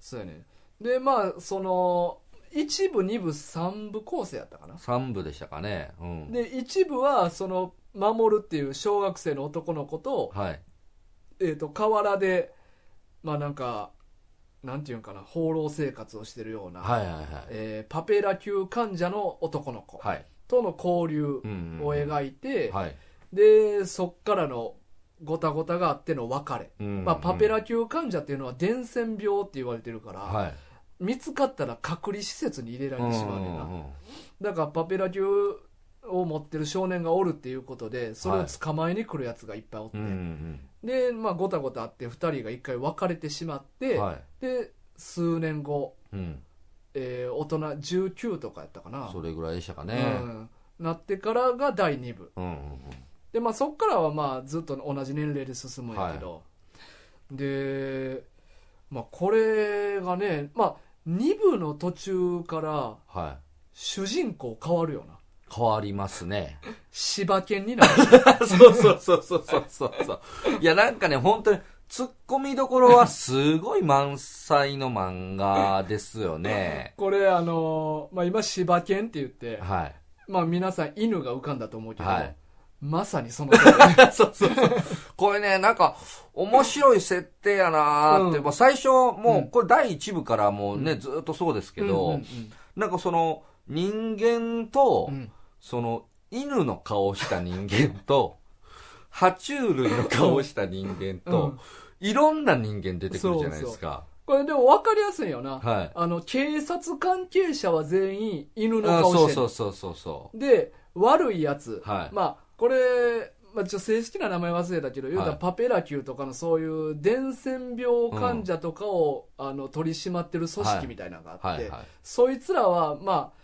S1: そうやね。で、まあ、その、一部、二部、三部構成やったかない
S2: 3部でしたかね、うん、
S1: で、一部は、その、守るっていう小学生の男の子と、
S2: はい
S1: えっ、と、河原で、まあなんか、なんていうんかな、放浪生活をしてるような、
S2: はいはいはい
S1: えーパペラ級患者の男の子
S2: はい
S1: との交流
S2: うん
S1: を描いて、
S2: はい、
S1: で、そっからのごたごたがあっての別れ。
S2: うん
S1: まあ、パペラ級患者っていうのは伝染病って言われてるから、
S2: はい
S1: 見つかったら隔離施設に入れられてしまうねんな、
S2: うんうんうん
S1: だからパペラ級を持ってる少年がおるっていうことでそれを捕まえに来るやつがいっぱいおって、
S2: うんうん
S1: で、まあ、ごたごたあって2人が1回別れてしまって、
S2: うんはい
S1: で数年後、
S2: うん、
S1: えー大人19とかやったかな
S2: それぐらいでしたかね、
S1: うん、なってからが第2部
S2: うんうん
S1: で、まあ、そっからはまあずっと同じ年齢で進むんやけど、で、まあ、これがね、まあ、2部の途中から
S2: うん、はい
S1: 主人公変わるよな
S2: 変わりますね。
S1: 柴犬になる
S2: そうそうそうそうそうそうそう。いや、なんかね、本当に、突っ込みどころはすごい満載の漫画ですよね。
S1: これあのーまあ、今柴犬って言って、
S2: はい。
S1: まあ、皆さん犬が浮かんだと思うけど、
S2: はい
S1: まさにその通り
S2: そうそうそう。これね、なんか、面白い設定やなーって、
S1: うん
S2: もう最初、も
S1: うん
S2: う、これ第一部からもうね、ずーっとそうですけど、
S1: うんうん
S2: なんかその、人間
S1: う
S2: と、
S1: んうん
S2: その、犬の顔をした人間と、 爬虫類の顔をした人間
S1: う
S2: と
S1: ん、
S2: いろんな人間出てくるじゃないですか。
S1: これでも分かりやすいよな、
S2: はい。
S1: あの警察関係者は全員犬の
S2: あ
S1: 顔して
S2: そう
S1: る
S2: そうそうそうそ
S1: で悪いやつ、
S2: はい
S1: まあこれ、まあ、ちょ正式な名前忘れたけど、言うたら
S2: はい
S1: パペラ級とかのそういう伝染病患者とかを、あの取り締まってる組織みたいなのがあって、
S2: う。はいはい。
S1: そいつらはまあ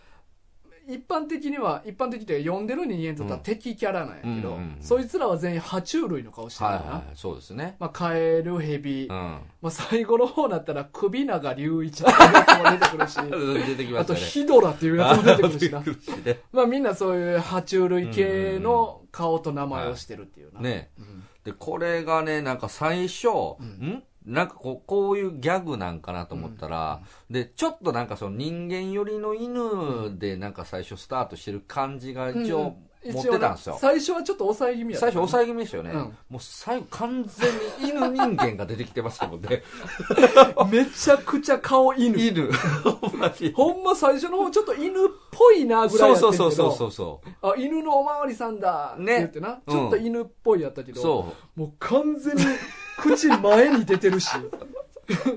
S1: 一般的には一般的というか呼んでる人間にとっては
S2: うん
S1: 敵キャラなんやけど、
S2: うんうんうん
S1: そいつらは全員爬虫類の顔してる
S2: は
S1: から
S2: い
S1: な、
S2: はい。そうですね。
S1: まあ、カエルヘビ、
S2: うん。
S1: まあ、最後の方になったら首長隆 一とかいうやつも出てくるし
S2: 出てきま
S1: あ
S2: した
S1: と
S2: ね。
S1: ヒドラっていうやつも出てくるしな
S2: あ出てくるしね
S1: まあみんなそういう爬虫類系の顔と名前をしてるっていうな。
S2: ね
S1: うん
S2: で、これがね、なんか最初、んなんかこう、こういうギャグなんかなと思ったら、で、ちょっとなんかその人間寄りの犬でなんか最初スタートしてる感じが一応
S1: うん
S2: 持ってたんで
S1: 一
S2: す
S1: 応ね
S2: よ。
S1: 最初はちょっと抑え気味やった
S2: 最初抑え気味でしたよね。
S1: うん
S2: もう最後完全に犬人間が出てきてましたもんね。
S1: めちゃくちゃ顔 犬。
S2: 犬。ほんまに
S1: ほんま最初の方ちょっと犬っぽいなぐらいや
S2: そう
S1: ってん
S2: そ
S1: けど
S2: うそうそうそう。
S1: あ、犬のおまわりさんだって言ってな、
S2: うん
S1: ちょっと犬っぽいやったけど、
S2: そう。
S1: もう完全に 口前に出てるし、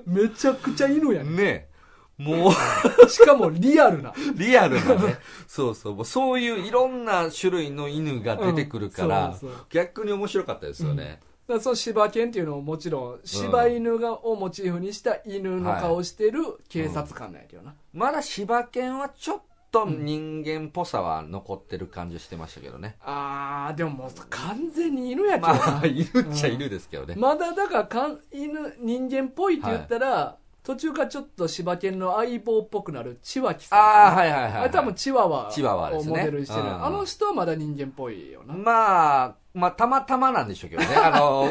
S1: めちゃくちゃ犬やね。
S2: ねもう、
S1: しかもリアルな。
S2: リアルなね。そうそう。もうそういういろんな種類の犬が出てくるから、
S1: うんそうそう
S2: 逆に面白かったですよね。
S1: だからその柴犬っていうのももちろん、柴犬が、をモチーフにした犬の顔してる警察官なんやけどな。
S2: まだ柴犬はちょっと人間っぽさは残ってる感じしてましたけどね。
S1: あー、でももう完全に犬やけどな。
S2: まあ、いるっちゃいるですけどね。
S1: まだだからかん犬人間っぽいって言ったら、途中からちょっと柴犬の相棒っぽくなるチワキさん、
S2: ああ、はいはいはい、はい。
S1: あれ多分チワワ
S2: チワワで
S1: を
S2: す
S1: モ
S2: ね
S1: デルにしてる、
S2: うん
S1: あの人はまだ人間っぽいよな、
S2: まあ、まあ、たまたまなんでしょう けどね。あの、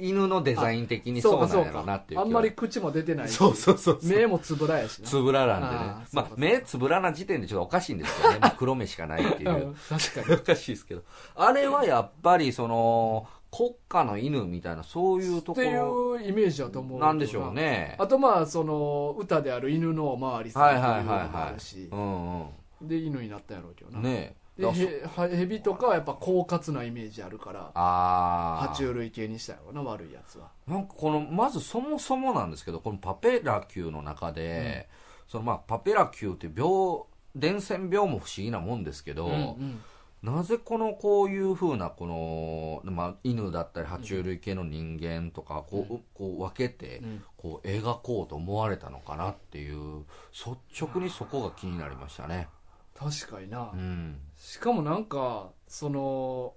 S2: 犬のデザイン的にそうなんやろうなっていう気は
S1: あんまり口も出てないし
S2: そうそうそうそう。
S1: 目もつぶらやしな
S2: つぶらなんでね
S1: あー。そう
S2: ま
S1: か
S2: あ
S1: そ、うか
S2: 目つぶらな時点でちょっとおかしいんですけどね。まあ黒目しかな いっていうう。
S1: ん確かに
S2: おかしいですけど。あれはやっぱり、その、国家の犬みたいな、そういうと
S1: っ
S2: こ
S1: て
S2: ろ
S1: いうイメージだと思う
S2: なんでしょうね。
S1: あとまあその歌である犬のおまわりさん
S2: は
S1: っ
S2: い
S1: ていう
S2: はいは
S1: の
S2: い
S1: もあ
S2: は
S1: るし、
S2: い。うんう。
S1: で犬になったんやろうけどなん
S2: ねえ。
S1: で
S2: だからそ
S1: へは蛇とかはやっぱ狡猾なイメージあるから
S2: ああ。
S1: 爬虫類系にしたやろな悪いやつは
S2: なんかこの、まずそもそもなんですけど、このパペラ級の中で、そのまあ、パペラ級って病、伝染病も不思議なもんですけど、
S1: うん
S2: なぜこのこういうふうなこの、まあ、犬だったり爬虫類系の人間とかこう,、こう分けて
S1: うん
S2: こう描こうと思われたのかなっていう率直にそこが気になりましたね。
S1: 確かにな、
S2: うん
S1: しかもなんかその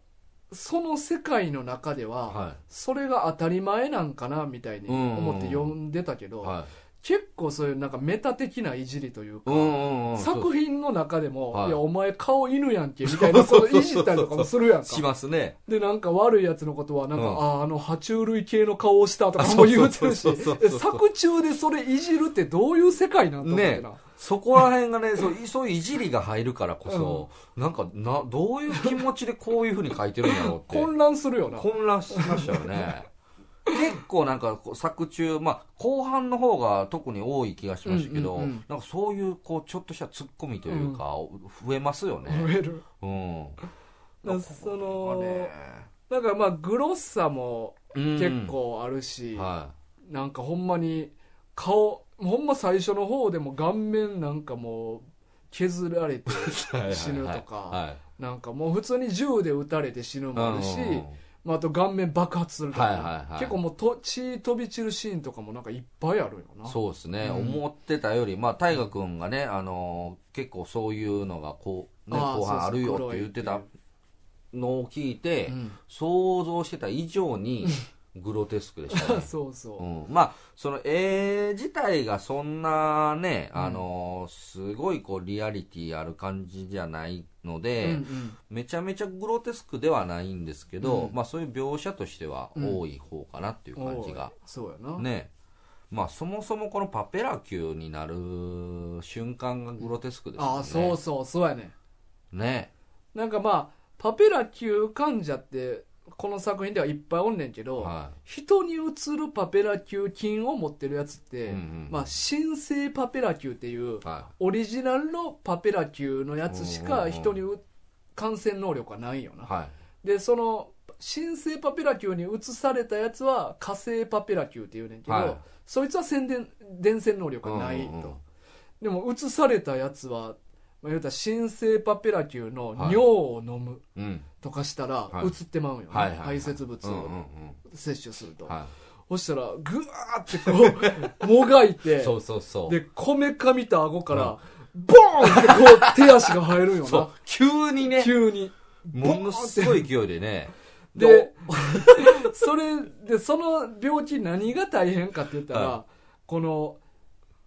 S1: その世界の中では、
S2: は
S1: それが当たり前なんかなみたいに思って
S2: うん
S1: 読んでたけど、
S2: いは
S1: 結構そういうなんかメタ的ないじりという
S2: い、
S1: か、
S2: うんうんうんそう
S1: 作品の中でも、
S2: はい
S1: い、やお前顔犬やんけみたい なそのいじったりとかもするやんか
S2: しますね。
S1: でなんか悪いやつのことはなんか、
S2: うん
S1: あああの爬虫類系の顔をしたとかも言うてるし
S2: あそうそうそうそうそう
S1: え作中でそれいじるってどういう世界なんだってな、
S2: そこら辺が ね、そういそういういじりが入るからこそ、なんかな、どういう気持ちでこういうふうに書いてるんだろうって。
S1: 混乱するよな
S2: 混乱しましたよね 結構なんかこう作中、まあ、後半の方が特に多い気がしましたけど、
S1: うんうんうん
S2: なんかそういうこうちょっとしたツッコミというか、増えますよ
S1: 増
S2: ね、
S1: える
S2: うん、
S1: だからその
S2: これ
S1: なんかまあグロさも
S2: うん
S1: 結構あるし、
S2: は
S1: なんかほんまに顔ほんま最初の方でも顔面なんかもう削られて
S2: い、
S1: 死ぬとか
S2: はいはい
S1: なんかもう普通に銃で撃たれて死ぬもあるし、
S2: うん
S1: まあ、あと顔面爆発するとか、
S2: はいはいはい
S1: 結構もうと血飛び散るシーンとかもなんかいっぱいあるよな
S2: そうですね、
S1: うん
S2: 思ってたより、まあ、大河君がね、あのー結構そういうのがこう、ね、
S1: ああ
S2: 後半あるよって言ってたのを聞いて、想像してた以上にグロテスクでした ね
S1: そうそうそうう、
S2: ん、まあその絵自体がそんなね、
S1: うん
S2: あのすごいこうリアリティある感じじゃないので、
S1: うんうん
S2: めちゃめちゃグロテスクではないんですけど、
S1: うん
S2: まあそういう描写としては
S1: うん
S2: 多い方かなっていう感じが、
S1: おいそうやな、
S2: ねまあそもそもこのパペラ級になる瞬間がグロテスクですよね
S1: ああそうそうそうやね
S2: ね
S1: なんかまあパペラ級患者ってこの作品ではいっぱいおんねんけど、
S2: は
S1: 人にうつるパペラ級菌を持ってるやつって、
S2: うんうん
S1: まあ、新生パペラ級っていう
S2: いは
S1: オリジナルのパペラ級のやつし
S2: うんうんう
S1: か
S2: ん
S1: 人にう感染能力はないよ
S2: い
S1: な、
S2: はい
S1: でその新生パペラ級に移されたやつは火星パペラ級っていうねんけど、
S2: はい
S1: そいつは宣伝伝染能力がないと、
S2: うんうんうん
S1: でも移されたやつは、まあ、言うたら新生パペラ級の
S2: はい
S1: 尿を飲む
S2: うん
S1: とかしたら
S2: はい
S1: 移ってまうんよね、
S2: はいはいはい
S1: 排泄物
S2: うんうん
S1: を摂取すると、
S2: うんは
S1: そしたらグワーってこう もがい
S2: い
S1: て
S2: そうそうそう
S1: でこめかみた顎から、ボーンってこう手足が生えるんよ
S2: そう
S1: な
S2: 急にね
S1: 急に
S2: ものすごい勢いでね
S1: で、 それで、その病気何が大変かって言ったら、
S2: は
S1: この、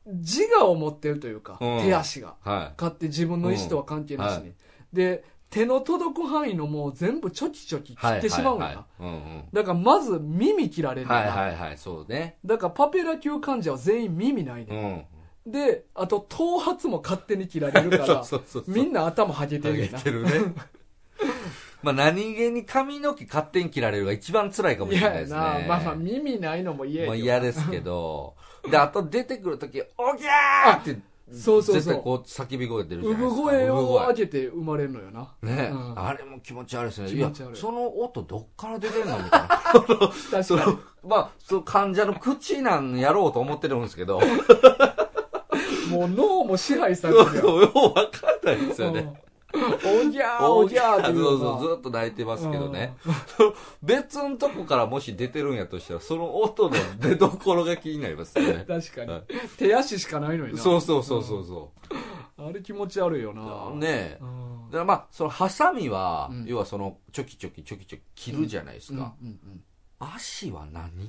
S1: 自我を持ってるというか、
S2: うん
S1: 手足が。
S2: は
S1: 勝手自分の意思とは関係なしに。
S2: うんは
S1: で、手の届く範囲のもう全部ちょきちょき
S2: い。
S1: 切ってしまうんだな。
S2: はいはいはいうん
S1: だからまず耳切られる
S2: うん。
S1: んだ
S2: はい
S1: な。
S2: はいはい、そうね。
S1: だからパペラ級患者は全員耳ないうね、
S2: ん。
S1: ん。で、あと頭髪も勝手に切られるから、
S2: そうそうそう。
S1: みんな頭はげて
S2: 投
S1: る
S2: げ
S1: よな。
S2: てるね。 まあ何気に髪の毛勝手に切られるが一番辛いかもしれない
S1: 嫌
S2: で
S1: や
S2: す
S1: な
S2: ね。。
S1: まあまあ耳ないのも嫌や
S2: まあ
S1: けど
S2: 嫌です けど。で、あと出てくるとき、おぎゃーって、
S1: そうそうそう
S2: 絶対こう叫び声出るじゃな
S1: 産
S2: いですか。
S1: 声を
S2: 産
S1: 上げて生まれるのよな。
S2: ね、
S1: うん
S2: あれも気持ち悪いですね。
S1: 気持ち悪い
S2: や、その音どっから出てんのみたいな。 そ
S1: 確かに
S2: の。 まあ、その患者の口なんやろうと思ってるんですけど、
S1: もう脳も支配され
S2: そ
S1: て
S2: う
S1: るよ
S2: そう、ようわかんないですよね。
S1: うんおぎゃーおぎゃーっていう
S2: そ
S1: の
S2: うそう、
S1: が。
S2: ずっと泣いてますけどね。別のとこからもし出てるんやとしたら、その音の出どころが気になりますよね
S1: 確かに、
S2: はい
S1: 手足しかないのにな
S2: そうそうそうそうそ
S1: あれ気持ち悪いよな
S2: う。ねえ
S1: う。ん
S2: だからまあ、そのハサミは、
S1: うん
S2: 要はその、チョキチョキチョキチョキ切るじゃないですか。
S1: うんうん
S2: 足は何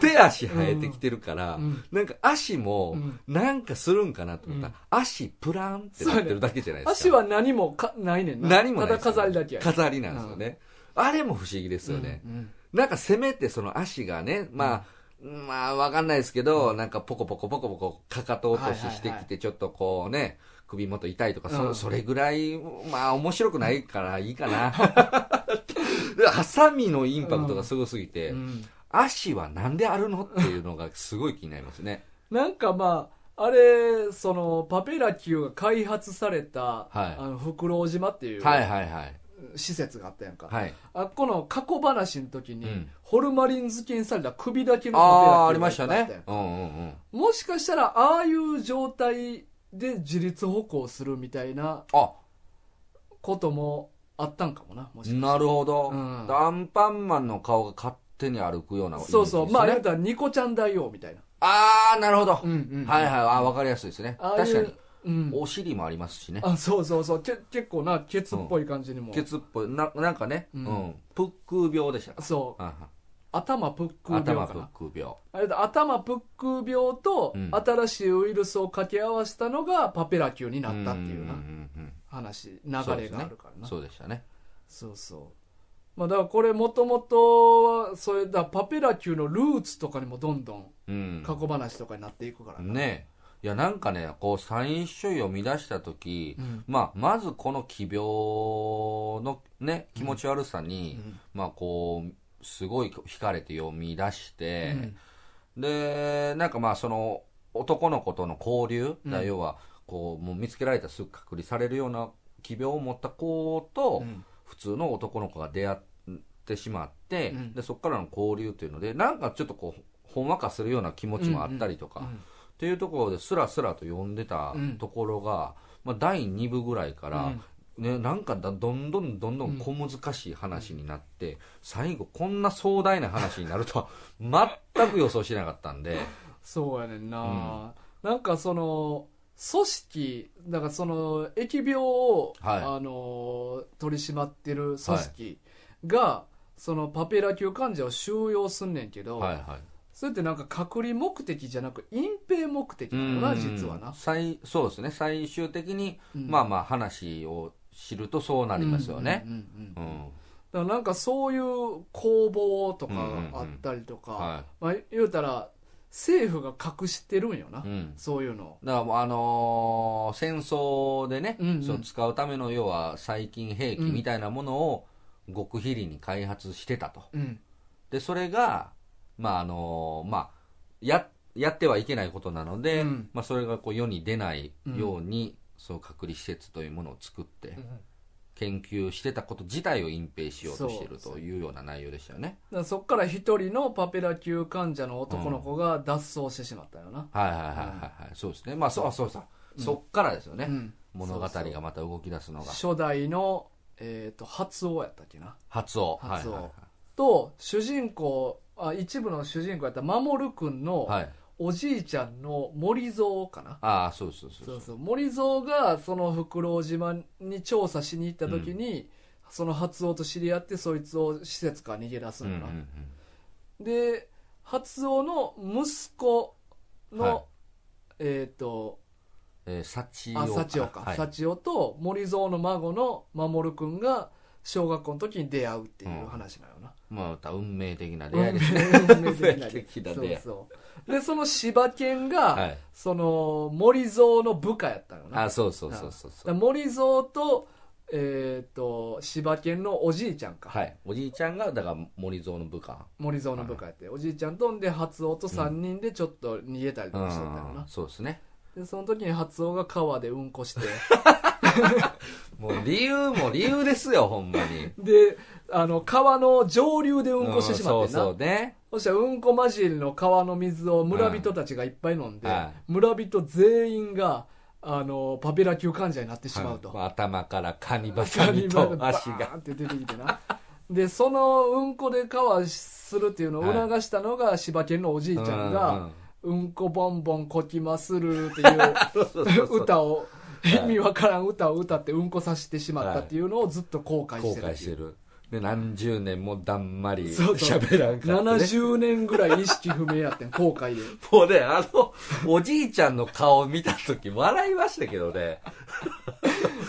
S2: 手足生えてきてるから、
S1: うん
S2: なんか足も
S1: うん、
S2: なんかするんかなと思ったら、足プランってなってるだけじゃない
S1: うん
S2: ですか。
S1: 足は何もかないねんな
S2: 何もない
S1: た
S2: で
S1: だ
S2: す
S1: 飾
S2: よね
S1: りだけや
S2: 飾りなんですよね、あれも不思議ですよね、
S1: うんうん
S2: なんかせめてその足がねまあ、まあわかんないですけど、なんかポコポコポコポコかかと落としして
S1: はいは
S2: き
S1: い
S2: てちょっとこうね首元痛いとか、
S1: うん
S2: そそれぐらいまあ面白くないからいいかな でハサミのインパクトがすごすぎて、
S1: うん
S2: 足はなんであるのっていうのがすごい気になりますね
S1: なんかまああれそのパペラキューが開発された、
S2: はい
S1: あの袋尾島っていう
S2: はいはいはい
S1: 施設があったやんか、
S2: はい
S1: あっこの過去話の時に、
S2: うん
S1: ホルマリン漬けにされた首だけの
S2: あ
S1: パペラキューが
S2: あーありました
S1: いっぱいあ
S2: ね
S1: っ
S2: うんうんうん
S1: やんもしかしたらああいう状態で自立歩行するみたいな
S2: あ
S1: こともあったんかもなもしかしたら
S2: なるほど、
S1: うん
S2: アンパンマンの顔が勝手に歩くようなイメージ
S1: そうそう、まあ
S2: で
S1: 言
S2: す
S1: う
S2: ね
S1: たらニコちゃん大王みたいな、
S2: あーなるほど、
S1: んう
S2: はいはいあ分かりやすいですね
S1: ああい
S2: 確
S1: う
S2: かに、
S1: うん、
S2: お尻もありますしね
S1: あそうそうそうけ結構なケツっぽい感じにも、
S2: ケツっぽいななんかね、
S1: う
S2: うんんプックー病でしたか
S1: そう
S2: はい
S1: 頭プック
S2: はい
S1: 病
S2: 頭
S1: か
S2: プッ
S1: な
S2: クー病
S1: あれだ頭プック病と
S2: うん
S1: 新しいウイルスを掛け合わせたのがパペラ級になったっていうな、
S2: んんうん
S1: 話流
S2: うん
S1: れがあるからなそう,、
S2: そうでしたね
S1: そうまあだからこれもともとそれだパペラ級のルーツとかにもどんどん
S2: うん
S1: 過去話とかになっていくからな、
S2: ねいやなんかねこう三一書読み出した時、
S1: うん
S2: まあ、まずこの奇病のね気持ち悪さに、
S1: うん
S2: まあこう、すごい惹かれて読み出し
S1: う
S2: て、
S1: ん
S2: で、なんかまあその男の子との交流、
S1: うん
S2: だから要はこう、もう見つけられたらすぐ隔離されるような奇病を持った子と、
S1: うん
S2: 普通の男の子が出会ってしまって、
S1: うん
S2: でそこからの交流というので、なんかちょっとこう、ほんわかするような気持ちもあったりとか、
S1: うん
S2: っていうところですらすらと読んでたところが、まあ、第2部ぐらいから、ね、なんかだどんどんどんどん小難しい話になって、最後こんな壮大な話になるとは 全く予想しなかったんで、
S1: そうやねんな、なんかその組織だからその疫病を、
S2: はい
S1: あの取り締まってる組織が、そのパペラ級患者を収容すんねんけど、
S2: はいはい
S1: それってなんか隔離目的じゃなく隠蔽目的なのな実はな、
S2: 最そうですね最終的に、
S1: うん
S2: まあまあ話を知るとそうなりますよね
S1: うんうんうん
S2: うん、
S1: だからなんかそういう攻防とかあったりとか、
S2: は
S1: まあ、言うたら政府が隠してるんよな、
S2: い、うん
S1: そういうのを
S2: だからもうあのー戦争でね、
S1: うんうん
S2: その使うための要は細菌兵器みたいなものを極秘裏に開発してたと
S1: うん
S2: でそれがまああのまあややってはいけないことなので、
S1: うん
S2: まあ、それがこう世に出ないように、そう隔離施設というものを作って、研究してたこと自体を隠蔽しようとしている
S1: そう
S2: というような内容でしたよね
S1: だからそっから一人のパペラ級患者の男の子が脱走してしまったよな、
S2: はいはいはいはい、はい、そうですねまあそうそうそう、そっからですよね、
S1: うん
S2: 物語
S1: そうそ
S2: がまた動き出すのが
S1: う初代の、えー、と初王やったっけな
S2: 発音
S1: 発音
S2: はいはい
S1: と主人公あ一部の主人公やった守君の
S2: はい、はい、
S1: おじいちゃんの森蔵かな、
S2: ああそうそうそ
S1: そ
S2: うそうう
S1: そう森蔵がそのフクロウ島に調査しに行った時に、その初王と知り合ってそいつを施設から逃げ出す
S2: う
S1: の
S2: んう
S1: か
S2: んう
S1: な、
S2: ん
S1: で初王の息子の、
S2: はい
S1: えっ、と
S2: えー、幸
S1: あ、
S2: 男
S1: 幸男か。
S2: はい、
S1: 幸男と森蔵の孫の守くんが小学校の時に出会うっていう話なよな。
S2: まあ運命的な出
S1: 運
S2: 会い
S1: 命
S2: です
S1: 的
S2: ね、
S1: な
S2: 運命的な出会い
S1: そうそう。で、その柴犬が、
S2: はい
S1: その森蔵の部下やったのな。
S2: あそうそうそうそう
S1: だ
S2: そ
S1: か
S2: う
S1: ら森蔵と、えっ、と、柴犬のおじいちゃんか。
S2: はいおじいちゃんがだから森蔵の部下
S1: 森蔵の部下やって、おじいちゃんとんで初男と3人でちょっと逃げたりと
S2: う
S1: かしてたよな。
S2: んそうですね
S1: でその時に初音が川でうんこして
S2: もう理由も理由ですよ、ほんまに。
S1: で、あの、川の上流でうんこしてしまってんな。
S2: うんそうそうね。
S1: そしたらうんこ混じりの川の水を村人たちがいっぱい飲んで、
S2: うんは
S1: 村人全員が、あの、パペラ級患者になってしまうと。
S2: はい頭からカニバサ
S1: ガ
S2: ミ
S1: ニバ
S2: と
S1: ルバ
S2: 足が。
S1: ーンって出てきてな。で、そのうんこで川するっていうのを促したのが柴犬のおじいちゃんが、
S2: うんうん
S1: うんこぼんぼんこきまするってい
S2: そうそうそう
S1: う 歌を、
S2: い
S1: 意味わからん歌を歌ってうんこさせてしまったっていうのをずっと後悔
S2: 後
S1: してる
S2: 悔してる。で、何十年もだんまり
S1: そうそう
S2: 喋らんかった、ね。
S1: 70年ぐらい意識不明やってん、後悔 で。
S2: もうね、あ の、おじいちゃんの顔見たとき笑いましたけどね。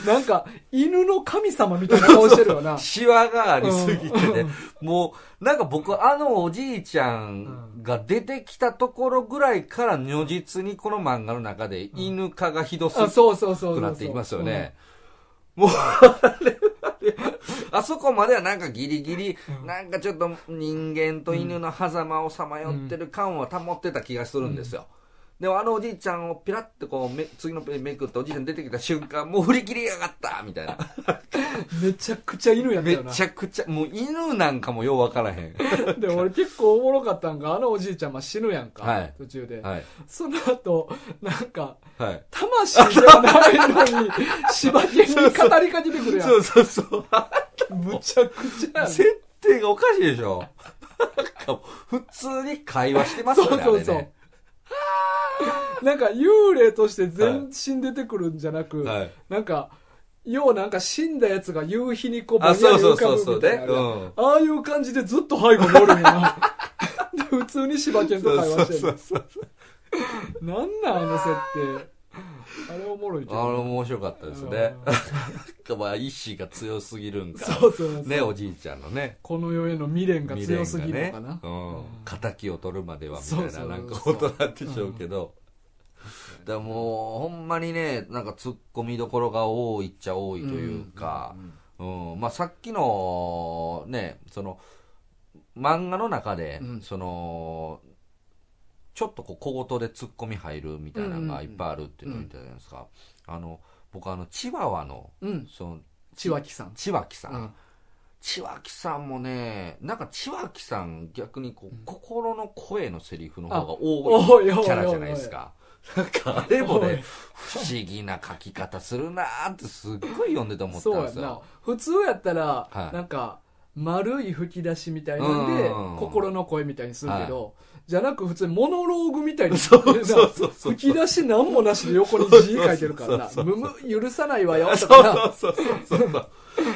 S1: なんか、犬の神様みたいな顔してるよな。
S2: シワがありすぎてね。もう、なんか僕、あのおじいちゃんが出てきたところぐらいから如実にこの漫画の中で犬化がひどす
S1: あそうそうそうそうそう。
S2: くなっていきますよね。もう、あれはねあそこまではなんかギリギリ、なんかちょっと人間と犬の狭間をさまよってる感は保ってた気がするんですよ。でもあのおじいちゃんをピラッてこうめ、次のページめくっておじいちゃん出てきた瞬間、もう振り切りやがったみたいな。
S1: うんめちゃくちゃ犬やった
S2: め
S1: よな。
S2: ちゃくちゃ、もう犬なんかもようわからへん。
S1: で、俺結構おもろかったんが、あのおじいちゃんまあ死ぬやんか、
S2: はい
S1: 途中で。
S2: はい。
S1: その後、なんか、
S2: はい。
S1: 魂ではないのに、柴犬に語りかけてくるやん。
S2: うそうそう。
S1: むちゃくちゃやん。
S2: 設定がおかしいでしょ。なんかもう普通に会話してます
S1: そ
S2: よ
S1: う
S2: ね。
S1: そうそ
S2: あ
S1: う
S2: れね。
S1: なんか幽霊として全身出てくるんじゃなく、
S2: はい
S1: なんか、ようなんか死んだやつが夕日にこうぼん
S2: あ、
S1: やり
S2: そうそう
S1: 浮か
S2: そう
S1: ぶ
S2: そう
S1: みたい
S2: ね
S1: な。。
S2: うん。
S1: ああいう感じでずっと背後におるんやな。で普通に柴犬と会話して
S2: そう
S1: る。なんなんあの設定。あれおもろいけ
S2: あれ
S1: ど。
S2: 面白かった ですね。なんかまあ意志が強すぎるんか。
S1: そうそうそう。
S2: ね、おじいちゃんのね。
S1: この世への未練が強すぎるのかな。
S2: 未練がねうん、仇を取るまではみ
S1: そう
S2: た
S1: そ
S2: いうななんか
S1: そう
S2: ことなんでしょうけど、だからもうほんまにねなんかツッコミどころが多いっちゃ多いというか、うんまあ、さっきのねその漫画の中で、
S1: うん
S2: そのちょっとこう小言でツッコミ入るみたいなのがいっぱいあるっていうのを言ったじゃないですか、あの僕あのチワワの
S1: うん。
S2: その
S1: 千脇さん。
S2: 千脇さん、
S1: うん
S2: 千脇さんもね、なんか千脇さん逆にこう、心の声のセリフの方が多
S1: おいお
S2: い
S1: いおいおい
S2: キャラじゃないですか。なんかあれも
S1: お
S2: ね
S1: い、
S2: 不思議な書き方するなーってすっごい読んでて思った
S1: そ
S2: ん
S1: う
S2: で
S1: や
S2: す
S1: んな
S2: よ。
S1: 普通やったら、
S2: はい
S1: なんか丸い吹き出しみたいなんで、
S2: うんうんうん
S1: 心の声みたいにするけど、じゃなく普通にモノローグみたいに
S2: そうそうそう
S1: な
S2: そうそう
S1: 吹き出し何もなしで横に字書いてるからな「むむ許さないわよ」とかな
S2: そうそうそうそうそう。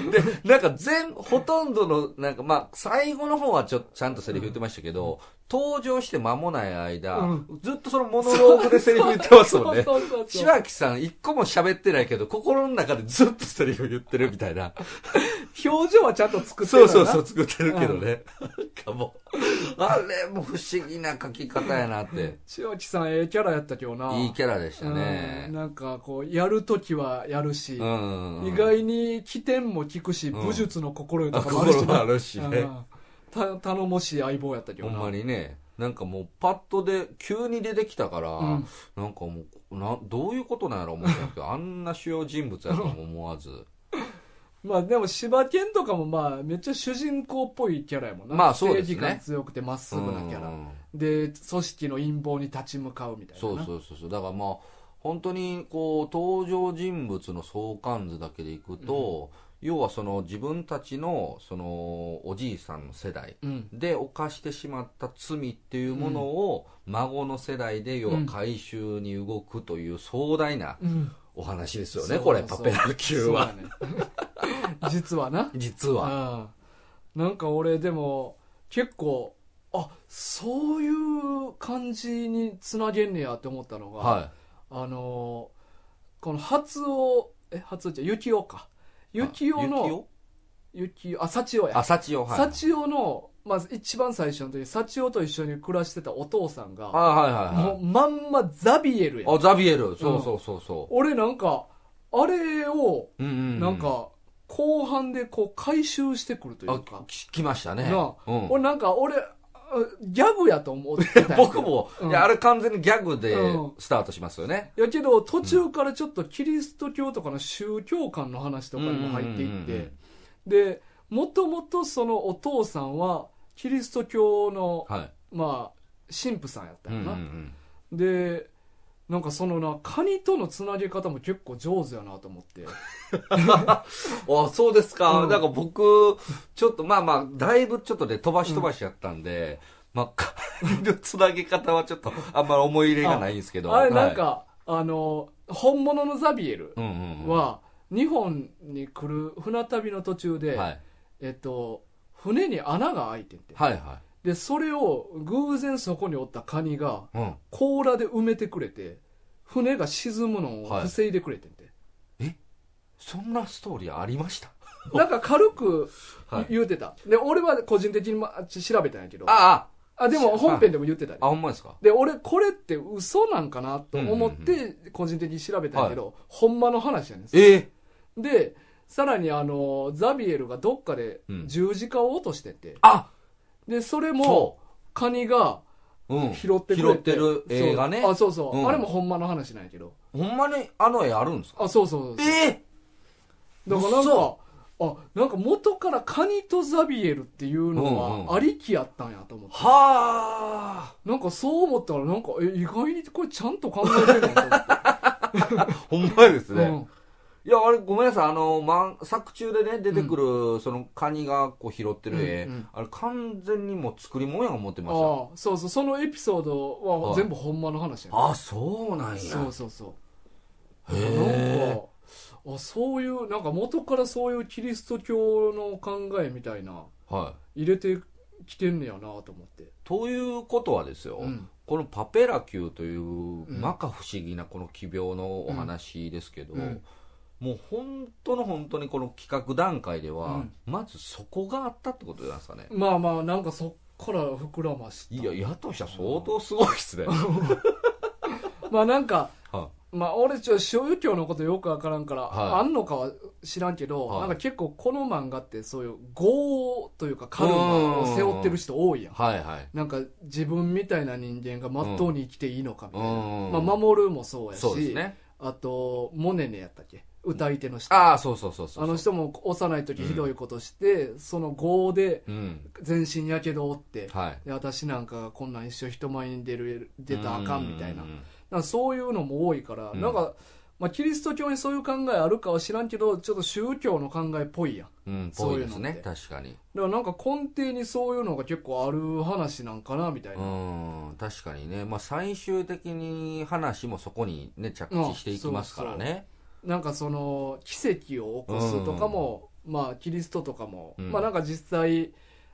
S2: で、なんか全、ほとんどの、なんかまあ、最後の方はちょ、ちゃんとセリフ言ってましたけど、登場して間もない間、
S1: うん
S2: ずっとそのモノローグでセリフ言ってますもんね。
S1: そうそうそう
S2: 千秋さん一個も喋ってないけど、心の中でずっとセリフ言ってるみたいな。
S1: 表情はちゃんと作って
S2: そ
S1: る
S2: う
S1: から
S2: そう
S1: な
S2: そう、作ってるけどね。なんかもう、あれも不思議な書き方やなって。
S1: 千秋さんええキャラやったけどない
S2: いキャラでした
S1: うん
S2: ね。
S1: なんかこうやるときはやるし、
S2: うん。
S1: 意外に起点も聞くし、
S2: うん
S1: 武術の心得
S2: あ
S1: とかもあるし
S2: 心
S1: な
S2: もあるしね。
S1: うんた頼もしい相棒やったけ
S2: ほ
S1: ど
S2: ん
S1: な
S2: まにね。なんかもうパッとで、急に出てきたから、
S1: うん
S2: なんかもう、な、どういうことなんやろ思ったんですけど、あんな主要人物やとも思わず。
S1: まあでも柴犬とかもまあめっちゃ主人公っぽいキャラやもんな、
S2: まあそうです
S1: 正
S2: ね
S1: 義感強くてまっすぐなキャラ、
S2: うん
S1: で組織の陰謀に立ち向かうみたいな
S2: そう
S1: う
S2: そうそうそうだからまあ本当にこう登場人物の相関図だけでいくと、要はその自分たちのそのおじいさんの世代
S1: うん
S2: で犯してしまった罪っていうものを孫の世代で要は回収に動くという壮大な
S1: うん
S2: お話で
S1: そ
S2: す
S1: う
S2: よね、
S1: そう
S2: これパペラ級は、
S1: そうやね実はな
S2: 実は、
S1: うん、なんか俺でも結構あそういう感じにつなげんねやって思ったのが、
S2: は
S1: あのーこの初をえ初じゃ雪男か
S2: い
S1: 雪男
S2: あ
S1: の雪男あ幸男や
S2: あ幸男はい
S1: 幸男の、まず一番最初の時幸男と一緒に暮らしてたお父さん
S2: あ
S1: が
S2: はいはい
S1: も
S2: は
S1: うまんまザビエルや
S2: いあザビエルそうそうそうそ
S1: 俺なんかあれを
S2: う、うんうんう
S1: なんか後半でこう回収してくるという
S2: あ
S1: か、
S2: ききましたね
S1: なあ
S2: うん
S1: 俺なんか俺ギャグやと思ってたんやけど
S2: 僕も、
S1: うん
S2: いや、あれ完全にギャグで
S1: うん
S2: スタートしますよね。
S1: やけど途中からちょっとキリスト教とかの宗教観の話とかにも入っていっ
S2: うんうんうん
S1: てでもともとそのお父さんはキリスト教の
S2: はい。
S1: まあ神父さんやった
S2: うん
S1: よ
S2: うんう
S1: な、
S2: ん
S1: でなんかそのなカニとのつなげ方も結構上手やなと思って
S2: あそうですか、
S1: うん
S2: なんか僕、ちょっとまあまあ、だいぶちょっとね、飛ばし飛ばしやったんで、まあ、かつなげ方はちょっとあんまり思い入れがないんですけど。
S1: あれなんか、あの本物のザビエル
S2: はい、うんうんうん、
S1: は日本に来る船旅の途中で、
S2: はい、
S1: えっと船に穴が開いてて
S2: はいは
S1: でそれを偶然そこにおったカニが
S2: い。うん。
S1: 甲羅で埋めてくれて船が沈むのを防いでくれてんて、
S2: そんなストーリーありました
S1: なんか軽く
S2: はい
S1: 言うてた、で俺は個人的に、ま、ち調べたんやけどあ
S2: あ
S1: でも本編でも言ってたで
S2: あ、あ、ほんまですか
S1: で俺これって嘘なんかなと思って個人的に調べたんやけど、ほんまの話やねん
S2: ええ
S1: でさらにあのザビエルがどっかで
S2: うん
S1: 十字架を落としてて、
S2: あ
S1: でそれも
S2: そ
S1: カニが
S2: う。うん。
S1: 拾ってくれて
S2: 拾ってる映画ね
S1: そうあそうそう、
S2: うん
S1: あれもほんまの話なんやけど
S2: ほんまにあの絵あるんですか
S1: あそうそうそうそう
S2: ええ
S1: だからなんか
S2: 嘘、
S1: あ、なんか元からカニとザビエルっていう
S2: うん
S1: の
S2: うん
S1: はありきやったんやと思って。
S2: はあ
S1: なんかそう思ったらなんか、え、意外にこれちゃんと考えてるんやと思って。
S2: ほんまです
S1: う
S2: ね。
S1: ん
S2: いや、あれ、ごめんなさい。あの、ま、作中でね、出てくる、その、カニがこう拾ってる絵、
S1: うんうん
S2: あれ、完全にもう作り物や思ってまし
S1: ああ、そうそう、そのエピソード
S2: は
S1: はい全部ほんまの話やね
S2: た。あ、そうなんや。
S1: そうそうそう。
S2: へ
S1: なん
S2: え。
S1: か、あ、そういう、なんか元からそういうキリスト教の考えみたいな、
S2: はい。
S1: 入れてきてんねやなと思って。
S2: ということはですよ、
S1: うん
S2: このパペラ級という、
S1: ん
S2: まか不思議なこの奇病のお話ですけど、
S1: うんうん
S2: もう本当の本当にこの企画段階では、
S1: うん
S2: まずそこがあったってことなんですかね。
S1: まあまあ、なんかそっから膨らました。
S2: いや、やとしたら相当すごいっすね。は
S1: まあなんか、
S2: い
S1: まあ俺ちょ宗教のことよくわからんから、
S2: はい
S1: あんのかは知らんけど、
S2: はい
S1: なんか結構この漫画ってそういう業というかカルマを背負ってる人多いやん
S2: はいはい。
S1: なんか自分みたいな人間がまっとうに生きていいのかみたいな、
S2: うん
S1: まあ、守るもそうやし
S2: そうですね。
S1: あとモネネやったっけ歌い手の人
S2: ああ、そうそうそうそうそう。
S1: あの人も幼い時ひどいことして、その業で
S2: うん。
S1: 全身やけどを負って、
S2: はい。
S1: で私なんかがこんなん一生人前に出る出たらあかんみたいな
S2: うんうんうん
S1: なんかそういうのも多いから、
S2: うん
S1: なんか、まあ、キリスト教にそういう考えあるかは知らんけどちょっと宗教の考えっぽいやん
S2: うん、
S1: そ
S2: ぽ
S1: うい
S2: い
S1: う
S2: で
S1: の
S2: す
S1: って
S2: ね。確かに。
S1: だからなんか根底にそういうのが結構ある話なんかなみたいうな、
S2: ん、確かにね。まあ、最終的に話もそこにね、着地していきますからね。
S1: なんかその奇跡を起こすとかも、まあキリストとかも、
S2: うん
S1: まあなんか実際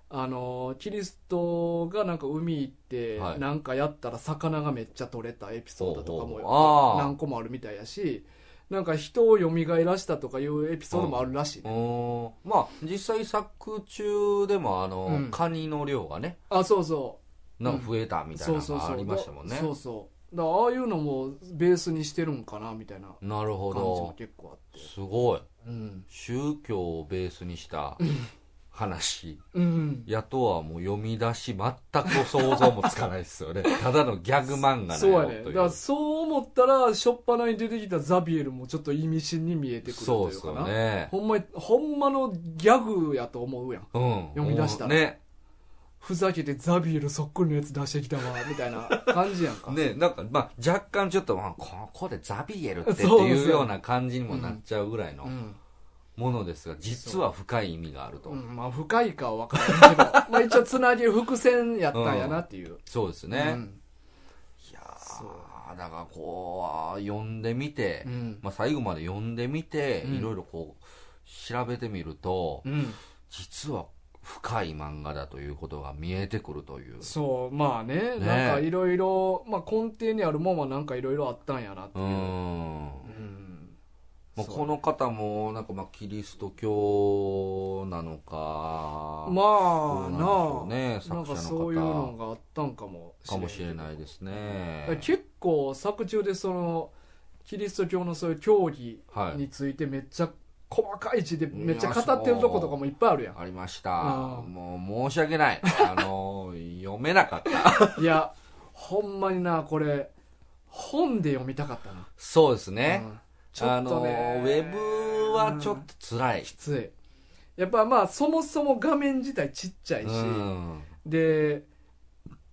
S1: あのキリストがなんか海行って
S2: はい
S1: なんかやったら魚がめっちゃ取れたエピソードとか
S2: ほうほうあ
S1: も
S2: ー
S1: 何個もあるみたいやしなんか人を蘇らしたとかいうエピソードもあるらしいね、
S2: うんまあ、実際作中でも、あの、
S1: うん
S2: カニの量がね、
S1: あそうそう
S2: なんか増えたみたいなのがありましたもんね。
S1: そうそうだからああいうのもベースにしてるんかなみたいな
S2: なるほ
S1: 感じも
S2: ど。
S1: 結構あって
S2: すごい。
S1: うん、
S2: 宗教をベースにした話。
S1: うん、
S2: やとはもう読み出し全く想像もつかないで すよね。ただのギャグ漫画だ
S1: そう
S2: よ
S1: や
S2: とい
S1: ね
S2: う。
S1: だからそう思ったら初っ端に出てきたザビエルもちょっと意味深に見えてくる
S2: そ
S1: と
S2: うで
S1: いう
S2: す
S1: か
S2: よ
S1: な、
S2: ね。
S1: ほんまほんまのギャグやと思うやん
S2: うん、
S1: 読み出したら
S2: ね
S1: ふざけてザビエルそっくりのやつ出してきたわみたいな感じやんか
S2: ねなんか、まあ、若干ちょっと、まあ、ここでザビエルってって
S1: そう
S2: いうような感じにもなっちゃうぐらいうの
S1: ん、
S2: ものですが、実は深い意味があると。
S1: うん、まあ深いかは分からんけどまあ一応つなぎ伏線やったんやなっていう、
S2: そうです
S1: うん、
S2: ね。いやーだからこう、読んでみて、
S1: うん
S2: まあ、最後まで読んでみて、
S1: うん
S2: いろいろこう、調べてみると、
S1: うん
S2: 実は深い漫画だということが見えてくるという。
S1: そうまあね
S2: ね
S1: なんかいろいろまあ根底にあるもんはなんかいろいろあったんやなって
S2: う
S1: いう、
S2: ん。
S1: うん
S2: まあ、
S1: そう
S2: この方も、なんかまあ、キリスト教なのか、
S1: ま
S2: ど
S1: あ
S2: う
S1: な
S2: な
S1: あ
S2: んでしょうね、
S1: なん
S2: 作
S1: か
S2: 者
S1: そういう
S2: の
S1: の
S2: 方
S1: があったんかも
S2: かもしれ
S1: い
S2: ないですね。
S1: 結構作中でそのキリスト教のそういう教義
S2: はい
S1: についてめっちゃ細かい字でめっちゃ語ってるとことかもいっぱいあるや
S2: ありました。
S1: うん
S2: もう申し訳ない。あの、 読めなかった。
S1: んいやほんまになこれ本で読みたかったな
S2: そうですね。
S1: うんちょっと
S2: あ
S1: ね
S2: の、ウェブはちょっ
S1: うん
S2: と辛い
S1: き。ついやっぱまあそもそも画面自体ちっちゃいし、
S2: うん。
S1: で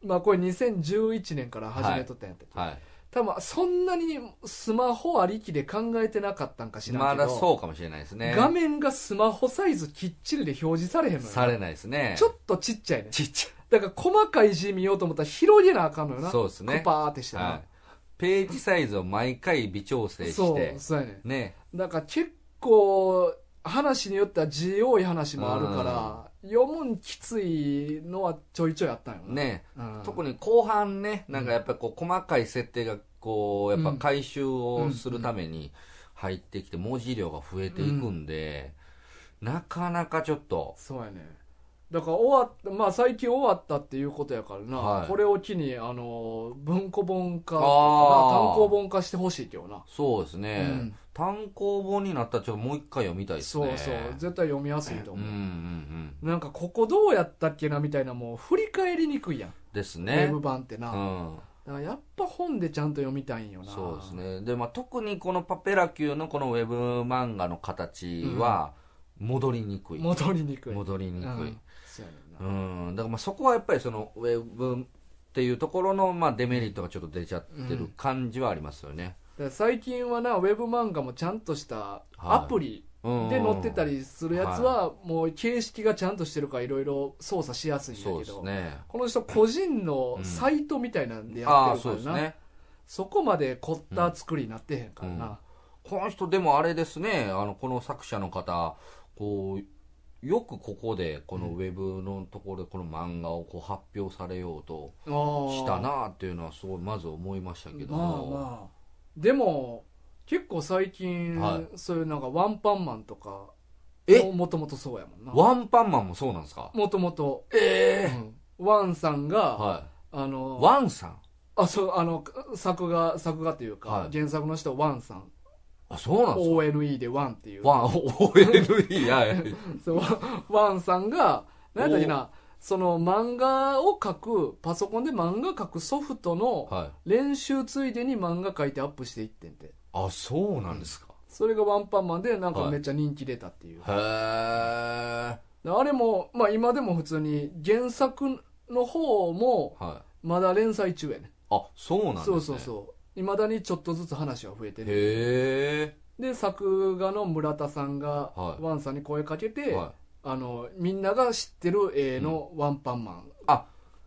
S1: まあこれ2011年から始めとったんやったっけ、
S2: は
S1: 多分そんなにスマホありきで考えてなかったんか
S2: い。
S1: しら
S2: ま
S1: んけど、
S2: だそうかもしれないですね。
S1: 画面がスマホサイズきっちりで表示されへんのよ
S2: されないですね。
S1: ちょっとちっちゃいね
S2: ちっち
S1: だから細かい字見ようと思ったら広げなあかんのよ
S2: ゃい。
S1: な
S2: そうですね。
S1: パーってしてな、
S2: はい、ページサイズを毎回微調整し
S1: そう
S2: て
S1: そうやね
S2: ね
S1: だから結構話によっては字多い話もあるから読むんきついのはちょいちょいあったんよな、
S2: ね、
S1: うん
S2: 特に後半ねなんかやっぱりこう細かい設定がこうやっぱ回収をするために入ってきて文字量が増えていくんで、なかなかちょっと
S1: そうやねだから終わったまあ最近終わったっていうことやからな、
S2: はい
S1: これを機にあの文庫本化
S2: あ
S1: まあ
S2: ー
S1: 単行本化してほしいけどな
S2: そうですね、
S1: うん
S2: 単行本になったらちょっともう一回読みたいです
S1: そう
S2: ね
S1: そう絶対読みやすいと
S2: うん
S1: 思
S2: うんう
S1: う、
S2: ん
S1: なんかここどうやったっけなみたいなもう振り返りにくいやん、
S2: です
S1: ウェ
S2: ね
S1: ブ版ってな、
S2: う
S1: だ
S2: ん
S1: からやっぱ本でちゃんと読みたいんよな
S2: そうですねで、まあ、特にこのパペラ級のこのウェブ漫画の形は戻りにくい、
S1: 戻りにくい
S2: 戻りにく
S1: うん、
S2: い
S1: そうやねんな
S2: うんだからまあそこはやっぱりそのウェブっていうところのまあデメリットがちょっと出ちゃってる感じはありますよね、
S1: だから最近はなウェブ漫画もちゃんとしたアプリ
S2: うん
S1: で載ってたりするやつはもう形式がちゃんとしてるからいろいろ操作しやすいんだけ
S2: そう
S1: ど
S2: ですね
S1: この人個人のサイトみたいなんでや
S2: あ
S1: っ
S2: あ
S1: てるか
S2: そう
S1: ら
S2: です
S1: な、
S2: ね
S1: そこまで凝った作りになってへんからな、
S2: うんこの人でもあれですねあのこの作者の方こうよくここでこのウェブのところでこの漫画をこう発表されようと
S1: ああ
S2: したなっていうのはすごいまず思いましたけど
S1: まあ
S2: も、
S1: まあでも結構最近、
S2: はい
S1: そういうなんかワンパンマンとか
S2: え
S1: もともとそうやもんな
S2: ワンパンマンもそうなんですか
S1: もともと
S2: え
S1: ワンさんが、
S2: は
S1: あ
S2: い。
S1: の
S2: ワンさん
S1: あそうあの作画作画というか、
S2: はい
S1: 原作の人ワンさん
S2: あ、そうなんですか
S1: ONE でワンっていう
S2: ワン、OLE、はい。
S1: そうワワンさんが何やったっけなその漫画を描くパソコンで漫画描くソフトの
S2: はい。
S1: 練習ついでに漫画描いてアップしていってんて
S2: あ、そうなんですか。
S1: それがワンパンマンでなんか
S2: はい
S1: めっちゃ人気出たっていう、
S2: へー。
S1: あれも、まあ、今でも普通に原作の方も
S2: はい。
S1: まだ連載中やね
S2: あ、そうなんです
S1: そ
S2: ね。
S1: うそうそういまだにちょっとずつ話は増えてる
S2: へ
S1: で作画の村田さんが
S2: はい
S1: ワンさんに声かけて、
S2: ー。は
S1: あのみんなが知ってる絵のワンパンマン、
S2: い。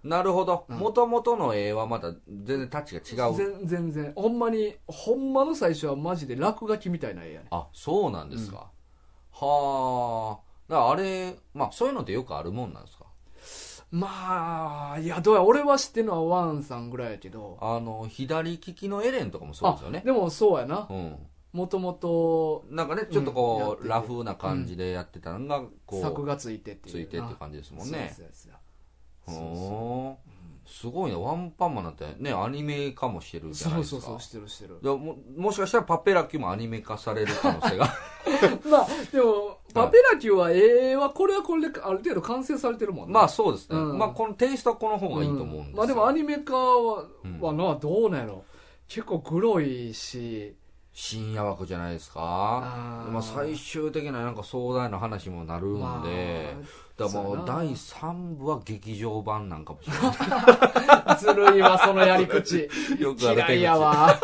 S2: なるほど。
S1: うん
S2: もともとの絵はまた全然タッチが違う。
S1: 全全然ほんまにほんまの最初はマジで落書きみたいな絵やね
S2: あ、そうなんですか。はー。だからあれ、まあそういうのってよくあるもんなんですか
S1: まあいやどうや俺は知ってるのはワンさんぐらいやけど
S2: あの、左利きのエレンとかもそうですよね。
S1: でもそうやな
S2: うん。
S1: もともと
S2: なんかね、ちょっとこ
S1: うん
S2: う、
S1: や
S2: ラ
S1: ってて
S2: フな感じでやってたのが、こう、
S1: 作がついてっていう
S2: ついてっていう
S1: じ
S2: 感じですもんね。
S1: そうそうそうそう
S2: ほーすごいね、ワンパンマンなんてね、アニメ化もしてるじゃない
S1: そうそう
S2: ですか。
S1: そうしてるしてる
S2: でもももしかしたらパペラキュもアニメ化される可能性が
S1: まあでもパペラキューは絵はこれはこれである程度完成されてるもんね
S2: まあそうですね、
S1: うん
S2: まあこのテイストはこの方がいいと思うんですよ、
S1: うんまあでもアニメ化は,、
S2: うん
S1: はなどうなんやろ結構グロいし
S2: 深夜枠じゃないですか
S1: あー
S2: まあ最終的ななんか壮大な話もなるんで、
S1: ま
S2: だからも
S1: そううやな
S2: 第3部は劇場版なんかもしれな
S1: あずるいわそのやり 口
S2: いよくあ
S1: 嫌
S2: る手
S1: い
S2: 口
S1: やわ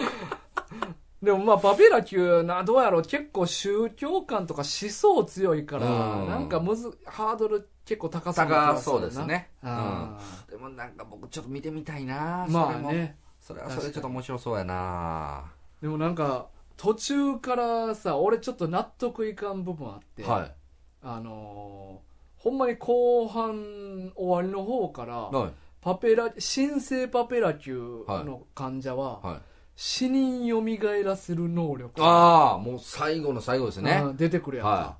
S1: でもまあパペラ級などうやろう結構宗教観とか思想強いから、
S2: うん
S1: なんかむずハードル結構高そうな気が
S2: 高
S1: する
S2: そ
S1: な
S2: うですね、うん、
S1: あ
S2: でもなんか僕ちょっと見てみたいな
S1: ーま
S2: それ
S1: あ
S2: も
S1: ね
S2: それはそれちょっと面白そうやな
S1: でもなんか途中からさ俺ちょっと納得いかん部分あって、
S2: はい
S1: あのーほんまに後半終わりの方から
S2: はい
S1: パペラ新生パペラ級の患者は、
S2: はい
S1: 死人よみがえらせる能力
S2: ああ、もう最後の最後ですね。
S1: うん出てくるやんか、
S2: は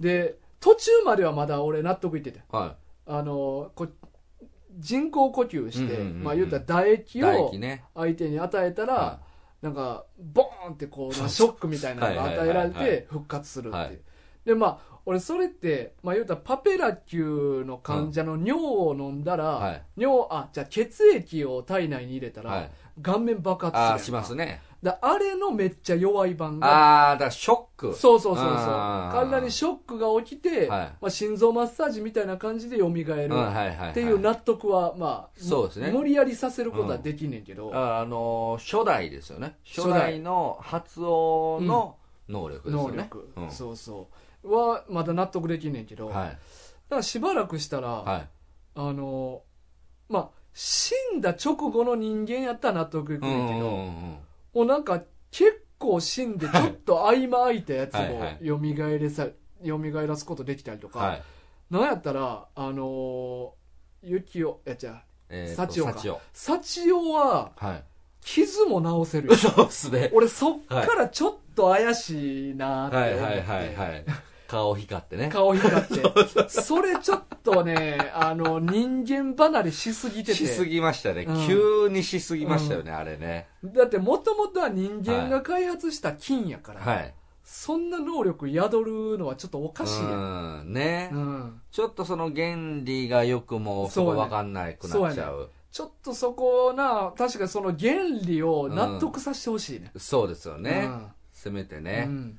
S1: で途中まではまだ俺納得いってて
S2: は
S1: あのーこ人工呼吸して、
S2: うんうんうんうん
S1: まあ言うたら唾
S2: い。
S1: 液
S2: 唾
S1: を
S2: 液ね。
S1: 相手に与えたら、
S2: は
S1: なんかボーンってこう、まあショックみたいなのが与えられ
S2: はいはいはいは
S1: て復活するっていう、
S2: はい
S1: でまあ俺それって、まあ、言うたらパペラ級の患者の尿を飲んだら、
S2: はい
S1: 尿あじゃあ血液を体内に入れたら、
S2: はい
S1: 顔面爆発するやん
S2: あ
S1: か
S2: あしますね
S1: だあれのめっちゃ弱い版が
S2: ああだからショック
S1: そうそうそうそう
S2: あー
S1: 体にショックが起きて、
S2: はい
S1: まあ、心臓マッサージみたいな感じで蘇る
S2: うんはいはいはい
S1: っていう納得は、まあ、
S2: そうですね
S1: 無理やりさせることはできんねんけど、
S2: ああのー初代ですよね
S1: 初
S2: 初
S1: 代
S2: 代の発音の能力ですよ
S1: 能
S2: ね、
S1: 力、
S2: うん
S1: そうそうはまだ納得できんねんけど、だ
S2: は
S1: か
S2: い
S1: らしばらくしたら、
S2: はい
S1: あのまあ死んだ直後の人間やったら納得いく
S2: うんう
S1: ねんけ
S2: んう
S1: ど、
S2: んうん
S1: もうなんか結構死んでちょっと合間空いたやつ
S2: はい
S1: も
S2: はい
S1: 蘇れさ蘇らすことできたりとか、
S2: はい
S1: なんやったらあのー、ユキオいやじゃ
S2: えーと
S1: 幸男か
S2: 幸男
S1: サチオは
S2: はい
S1: 傷も治せるよ
S2: そうっすね
S1: 俺そっからちょっと怪しいなって
S2: は
S1: 思っ
S2: い
S1: て、
S2: はいはいはい顔光ってね
S1: 顔光 ってそれちょっとねあの人間離れしすぎて
S2: してすぎましたね、
S1: うん
S2: 急にしすぎましたよね、あれね
S1: だってもともとは人間が開発した菌やから、
S2: はい
S1: そんな能力宿るのはちょっとおかしいやん
S2: うんね、
S1: うん
S2: ちょっとその原理がよくもそこ分かんないくなっちゃうそう,、
S1: ちょっとそこな確かにその原理を納得させてほしいね、
S2: ですよね、
S1: うん
S2: せめてね
S1: うん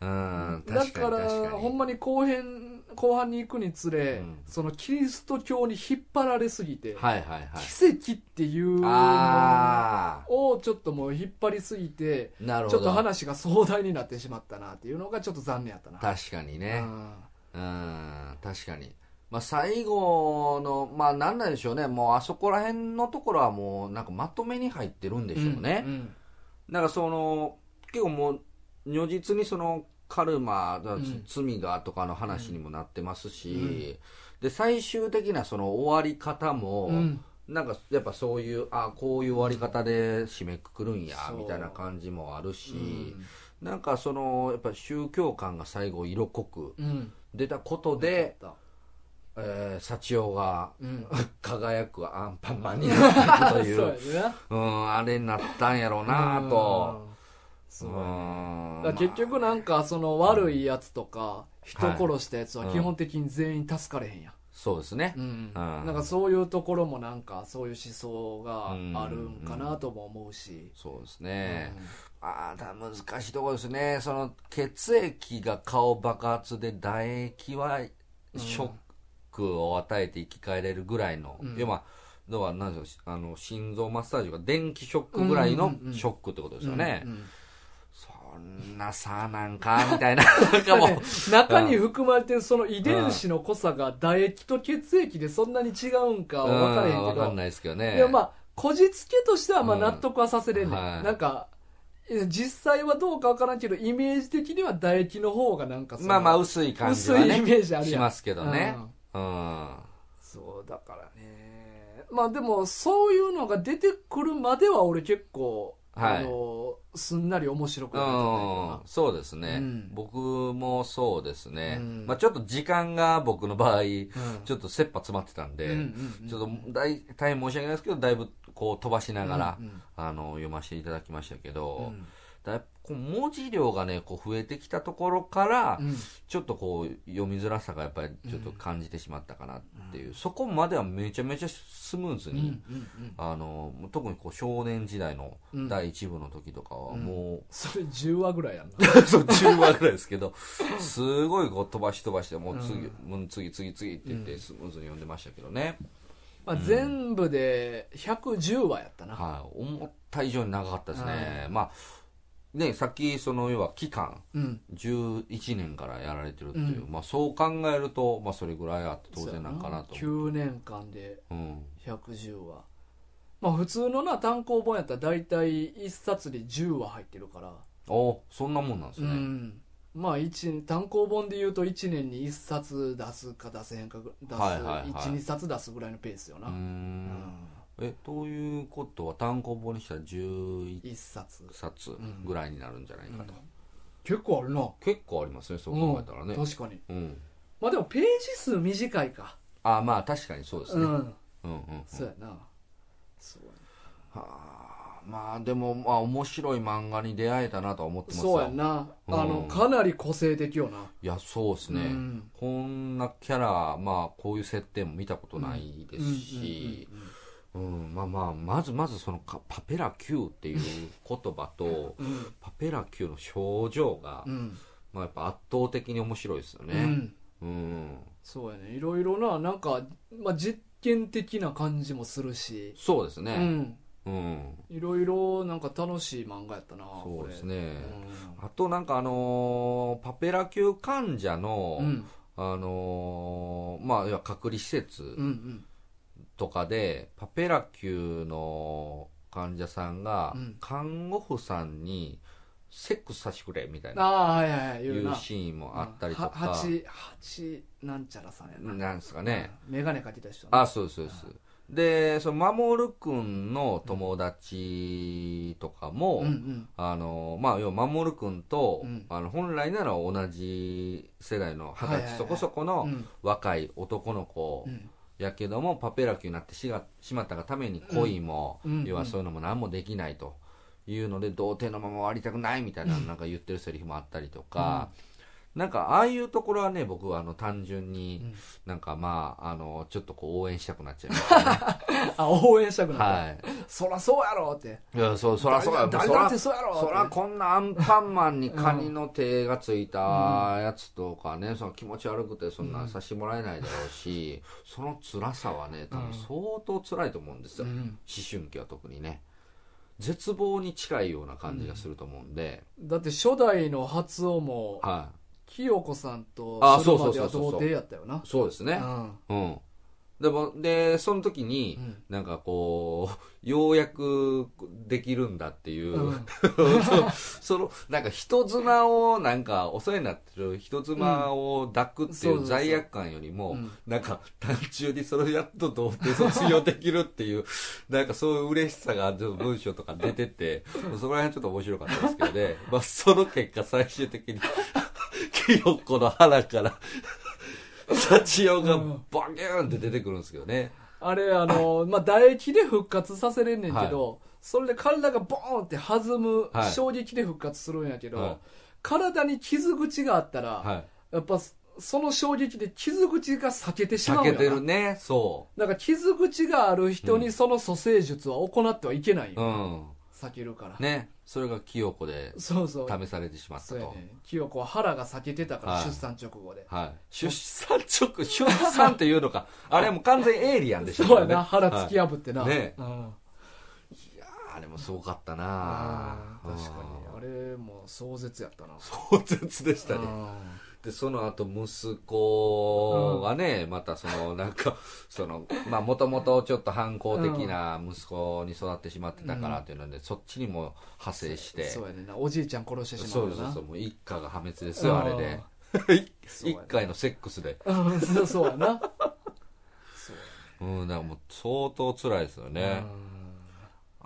S2: うん、
S1: だ
S2: 確か
S1: か
S2: に確
S1: ら
S2: かに
S1: ほんまに後編後半に行くにつれ、
S2: うん
S1: そのキリスト教に引っ張られすぎて、
S2: はいはいはい
S1: 奇跡っていうの
S2: あ
S1: をちょっともう引っ張りすぎて
S2: あなるほ
S1: ちょ
S2: ど
S1: っと話が壮大になってしまったなっていうのがちょっと残念やったな
S2: 確かにね
S1: うん
S2: うん確かにまあ最後のまあなんなんでしょうねもうあそこら辺のところはもうなんかまとめに入ってるんでしょうね、
S1: んん
S2: なんかその結構もう如実にそのカルマだ、
S1: ん
S2: 罪がとかの話にもなってますし、
S1: うん
S2: で最終的なその終わり方も、
S1: うん
S2: なんかやっぱそういうあこういう終わり方で締めくくるんや
S1: そう
S2: みたいな感じもあるし、
S1: うん
S2: なんかそのやっぱ宗教観が最後色濃く
S1: うん
S2: 出たことで、えー、幸男が
S1: うん
S2: 輝くアンパンマンになったとい
S1: そう
S2: う
S1: やね
S2: うんあれになったんやろうなと。
S1: うん
S2: う
S1: そうやね
S2: ん
S1: だから結局なんかその悪いやつとか人殺したやつは基本的に全員助かれへんやん
S2: そうですね
S1: う。ん、
S2: あー
S1: なんかそういうところもなんかそういう思想があるんかなとも思うし、
S2: そうです
S1: うん
S2: ね。ああ、だ難しいところですね。その、血液が顔爆発で、唾液はショックを与えて生き返れるぐらいの、
S1: うん
S2: 要は、要は何でしょう、あの、心臓マッサージが電気ショックぐらいの
S1: うんうんうん
S2: ショックってことですよね。
S1: うんうん
S2: そんなさ、なんか、み たいな、なんかもう、
S1: 中に含まれてるその遺伝子の濃さが唾液と血液でそんなに違うんかは分からへ
S2: うんわかん
S1: け
S2: ないですけど
S1: ど、
S2: ね。
S1: でもまあこじつけとしてはまあ
S2: うん
S1: 納得はさせれんねん、
S2: はい
S1: なんか実際はどうか分からんけどイメージ的には唾液の方がなんかその
S2: まあまあ、薄い感じ
S1: 薄
S2: はい
S1: イ
S2: ね、
S1: メージある
S2: し
S1: やん
S2: ますけどね
S1: う。ん
S2: うん。
S1: そうだからねまあでもそういうのが出てくるまでは俺結構、
S2: は
S1: あ
S2: い
S1: のすんなり面白くなってたんや
S2: うんそうですね、
S1: うん
S2: 僕もそうですね、
S1: うん
S2: まあ、ちょっと時間が僕の場合ち
S1: けどな
S2: ょっと切羽詰まってたんで、
S1: うん
S2: ちょっと大大変申し訳ないですけどだいぶこう飛ばしながら、
S1: うんうん
S2: あの読ませていただきましたけ
S1: う
S2: ど、
S1: ん
S2: だいこう文字量がねこう増えてきたところから、
S1: うん
S2: ちょっとこう読みづらさがやっぱりちょっと感じてしまったかなっていう、そこまではめちゃめちゃスムーズ
S1: うんう
S2: に、
S1: ん
S2: あの特にこう少年時代の
S1: うん
S2: 第一部の時とかはもう、
S1: それ10話ぐらいやんな
S2: そう、10話ぐらいですけど、すごいこう飛ばし飛ばして、もう次、もう次、次、次って言って、スムーズに読んでましたけどね。
S1: まあ全部で110話やったな
S2: はい。思った以上に長かったですね。まあ、ね、さっき、その、要は期間、
S1: うん
S2: 11年からやられてるっていう、まあそう考えると、まあそれぐらいあって当然なんかなと。
S1: 9年間で
S2: うん。
S1: 110話まあ普通のな単行本やったら大体1冊で10話入ってるから
S2: おそんなもんなんです
S1: う
S2: ね。
S1: ん、まあ一単行本で言うと1年に1冊出すか出せへんかぐ出す、
S2: はいはいはい
S1: 12冊出すぐらいのペースよ
S2: う
S1: な、
S2: ーん。え、ということは、単行本にしたら11
S1: 1冊、
S2: 冊ぐらいになるんじゃないかと。
S1: 結構あるな
S2: 結構ありますね、そう考えたらね。
S1: 確かに
S2: うん。
S1: まあでもページ数短いか
S2: あまあ確かにそうです
S1: う
S2: ね、
S1: ん
S2: うんうんうん
S1: そうやなそうや
S2: はあまあでも、まあ面白い漫画に出会えたなとは思ってますよ
S1: そうやんな、あの
S2: うん
S1: かなり個性的よない
S2: や、そうですね、
S1: うん
S2: こんなキャラ、まあこういう設定も見たことないですし、うんまあまあ、まずまずそのかパペラ Q っていう言葉と、
S1: うんうん
S2: パペラ Q の表情が、
S1: うん
S2: まあやっぱ圧倒的に面白いですよ
S1: う
S2: ね。
S1: ん
S2: うん。
S1: そうやねいろいろななんか、まあ、実験的な感じもするし、
S2: そうです
S1: う
S2: ね。
S1: ん、
S2: うん。
S1: いろいろなんか楽しい漫画やったな
S2: そうです
S1: こ
S2: ね。
S1: れ
S2: あとなんかあのーパペラ級患者の、
S1: うんうん
S2: あのーまあ、要は隔離施設
S1: うんうん
S2: とかで、パペラ級の患者さんが
S1: うん、
S2: 看護婦さんに、セックスさしてくれ、みたいな、
S1: ああはいはいはい
S2: い
S1: 言う
S2: う
S1: な
S2: シーンもあったりと
S1: は
S2: か、
S1: 八八なんちゃらさんやな
S2: なんですかね。
S1: うん眼鏡かけた人な
S2: あ、そうです、そうです。で、その、守くんの友達とかも、
S1: うんうん
S2: あのまあ、要は守君と、
S1: うん
S2: あの本来なら同じ世代の二十歳そこそこ
S1: う
S2: の
S1: ん
S2: 若い男の子
S1: うん
S2: やけども、パペラ級になってしがしまったがために恋も、
S1: うん
S2: 要はそういうのも何もできないというので、童貞のまま終わりたくないみたいななんか言ってるセリフもあったりとか、なんかああいうところはね僕はあの単純に、
S1: うん
S2: なんかまああのちょっとこう応援したくなっちゃいました ね
S1: あ応援したくなった
S2: はい
S1: そらそうやろって
S2: いやそうそらそうや
S1: 誰だ
S2: そ
S1: 誰だ
S2: ら
S1: ってそうやろって
S2: そらこんなアンパンマンにカニの手がついたやつとかね、その気持ち悪くてそんなんさしてもらえないだろうし、その辛さはね多分相当辛いと思うんですよ、
S1: うん
S2: 思春期は特にね絶望に近いような感じがすると思うんで、
S1: だって初代の初音も
S2: はい
S1: 清子さんと
S2: あ
S1: それま
S2: そうそう
S1: で
S2: そ
S1: は
S2: うそう
S1: 童貞やったよな
S2: そうですねうん、でもでその時に、
S1: うん
S2: なんかこうようやくできるんだっていう、
S1: うん
S2: そうそのなんか人妻をなんかお世話になってる人妻を抱くって
S1: う
S2: い
S1: んそうそうそう
S2: う罪悪感よりも、
S1: うん
S2: なんか単純にそれをやっと童貞卒業できるっていう なんかそういう嬉しさがちょっと文章とか出てて そこら辺ちょっと面白かったですけどね、まあ、その結果最終的に キヨコの腹から幸男がバキューンって出てくるんですけどね、
S1: あれあのまあ唾液で復活させれんねんけど、それで体がボーンって弾む
S2: はい
S1: 衝撃で復活するんやけど、
S2: はい
S1: 体に傷口があったら、
S2: はい、
S1: やっぱその衝撃で傷口が裂けてしま
S2: 避
S1: うんや
S2: け
S1: な
S2: てるねそ
S1: だから傷口がある人
S2: う
S1: にその蘇生術は行ってはいけないん
S2: う
S1: よ、
S2: うん
S1: 避けるから、
S2: ねそれがキヨコで
S1: そうそう
S2: 試されてしまった
S1: そうや
S2: と。
S1: ね清子は腹が裂けてたから、
S2: はい
S1: 出産直後で
S2: はい、出産直、出産っていうのか、あれはもう完全エイリアンでした
S1: そうや
S2: ね。
S1: な腹突き
S2: はい
S1: 破ってな、
S2: ね
S1: うん
S2: あれもすごかった
S1: あ
S2: な
S1: ー確かにあれも壮絶やったな
S2: に。壮絶でした
S1: う
S2: ね。
S1: ん
S2: で、その後、息子がね、またその、なんか、その、まあ、もともとちょっと反抗的な息子に育ってしまってたからっていうので、そっちにも派生して。
S1: そうやねんなおじいちゃん殺してしま
S2: そうう
S1: よ
S2: そう
S1: な
S2: そう、もう一家が破滅ですよ、あれで。
S1: そうや
S2: 一
S1: ね
S2: 回のセックスで。
S1: うんそうそうやなそう
S2: うん、だからもう相当辛いですよ
S1: や
S2: ね。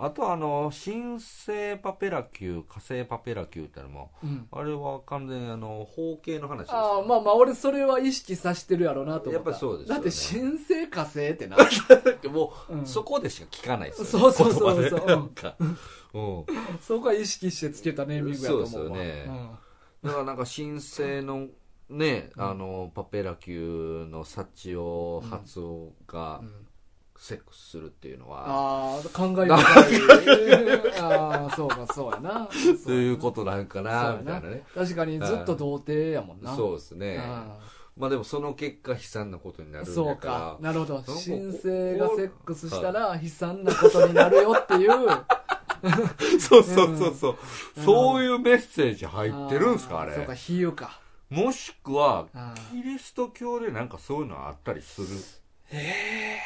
S2: あとあの、新生パペラ級、火星パペラ級ってのも、
S1: うんうん
S2: あれは完全にあの、方形の話です。
S1: ああまあまあ俺それは意識さしてるやろうなと思った
S2: やっぱそうですよね
S1: だって新生火星って な
S2: だってもう、
S1: うん
S2: そこでしか聞かないですよね。
S1: そうそうそうそう
S2: 言葉でなんか。うん。
S1: そこは意識してつけたネーミングやと思うわ
S2: そうですよ
S1: ね
S2: だからなんか新生の、ね、あの、パペラ級の幸を発音がセックスするっていうのは、
S1: ああ考え深いああそうかそうやな
S2: ということなんか
S1: そう
S2: な、
S1: や
S2: みたいなね。
S1: 確かにずっと童貞やもんな
S2: そうですね。
S1: あ
S2: まあでもその結果悲惨なことにな
S1: あ
S2: るん
S1: そう
S2: だ
S1: か
S2: から。
S1: なるほど
S2: その子
S1: 新生がセックスしたら悲惨なことになるよっていう
S2: そうそうそうそう
S1: う。ん
S2: そういうメッセージ入ってるんですか、あ
S1: ーそう
S2: れ
S1: か。比喩か
S2: もしくは、
S1: あー
S2: キリスト教でなんかそういうのあったりする。え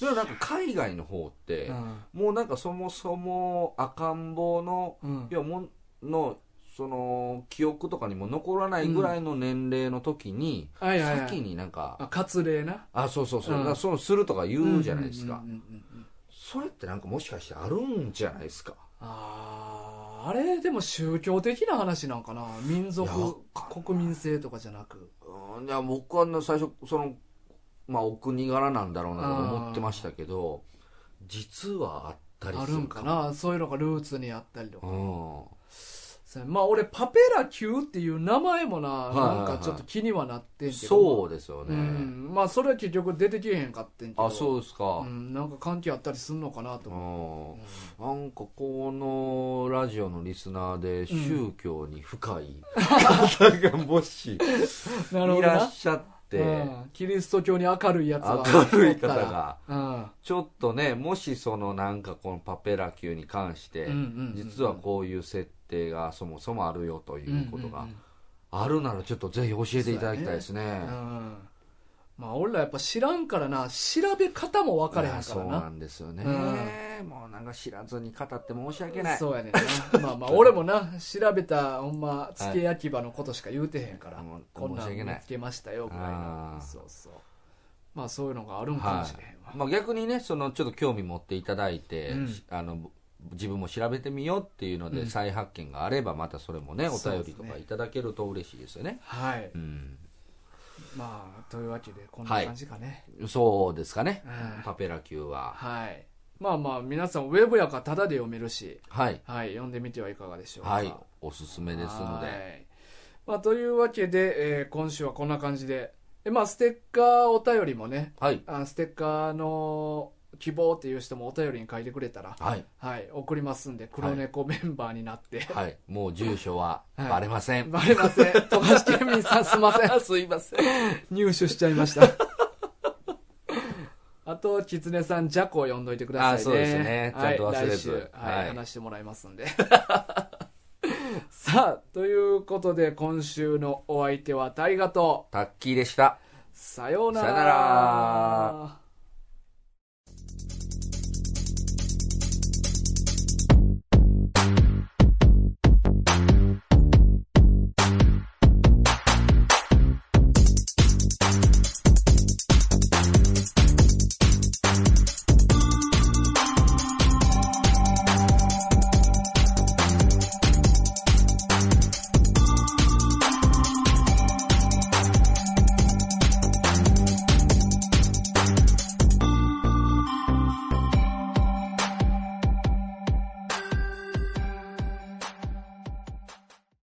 S2: でもなんか海外の方って、もうなんかそもそも赤ん坊の、
S1: うん
S2: いや、もうの、その、記憶とかにも残らないぐらいの年齢の時に、
S1: はいはいはい
S2: 先になんか、
S1: あ割礼な
S2: あ、そうそうそう、
S1: うん
S2: だからそうするとか言うじゃないですか。
S1: うんうんうんうん
S2: それってなんかもしかしてあるんじゃないですか。
S1: あーあれでも宗教的な話なんかな民族
S2: いやわかんない
S1: 国民性とかじゃなく
S2: うんいや僕はね最初そのまあお国柄なんだろうなと
S1: あー
S2: 思ってましたけど実はあっったり
S1: あ
S2: す
S1: る
S2: る
S1: んかなそういうのがルーツにあったりとか、
S2: うん
S1: そうやまあ俺パペラ級っていう名前もな、
S2: いはいはい
S1: なんかちょっと気にはなってんけど
S2: そうですよ
S1: う
S2: ね、
S1: ん、まあそれは結局出てきへんかってんけど
S2: あそうですか、
S1: うん、なんか関係あったりすんのかなと思
S2: うん
S1: う、
S2: なんかこのラジオのリスナーで宗教に 深い方がもし
S1: うんなるほ
S2: い
S1: ど
S2: ら
S1: な
S2: っしゃって
S1: うんキリスト教に明るいやつが
S2: 明るい方
S1: おったら
S2: が
S1: うん
S2: ちょっとねもしそのなんかこのパペラ級に関して
S1: うんうんうん
S2: 実はこういう設定がそもそもあるよということ
S1: う
S2: が
S1: ん
S2: あるならちょっとぜひ教えていただきたいです
S1: うん
S2: ね
S1: うんうんまあ俺らやっぱ知らんからな調べ方も分か
S2: い
S1: れへん
S2: や
S1: か
S2: そ
S1: ら
S2: う
S1: な
S2: なんですよね
S1: う
S2: もうなんか知らずに語って申し訳ない
S1: そうやねん なまあまあ俺もな調べたほんまつけ焼き場のことしか言うてへんから、
S2: もう
S1: こんな
S2: 申
S1: ん
S2: し訳
S1: 見
S2: ない
S1: つけましたよぐらい
S2: あ
S1: の
S2: ー
S1: そうそうまあそういうのがあるんかもしれへんわ、
S2: まあ、逆にねそのちょっと興味持っていただいて、
S1: うん
S2: しあの自分も調べてみようっていうの
S1: う
S2: で
S1: ん
S2: 再発見があればまたそれもねお
S1: そう
S2: 便
S1: です
S2: り
S1: ね
S2: とかいただけると嬉しいですよね
S1: はい
S2: うん
S1: まあというわけでこんな感じかね
S2: そうですかね、
S1: うん
S2: パペラ級は
S1: はい、まあまあ皆さんウェブやからタダで読めるし
S2: はい
S1: はい読んでみてはいかがでしょうか
S2: はいおすすめですの
S1: は
S2: で
S1: いまあ、というわけで、えー今週はこんな感じでで、まあ、ステッカーお便りもね
S2: はい
S1: あステッカーの希望っていう人もお便りに書いてくれたら、
S2: はい
S1: はい、送りますんで黒猫メンバーになって、
S2: はいもう住所は
S1: はい
S2: バレません、
S1: バレません 富樫県民さんすいません
S2: すいません
S1: 入手しちゃいました あと狐さんジャコを呼んどいてくださいね
S2: あそうですね
S1: はい
S2: ちゃんと忘れず
S1: 来週、はい
S2: はい
S1: 話してもらいますんで さあということで今週のお相手は大河と
S2: タッキーでした
S1: さようなら
S2: さようなら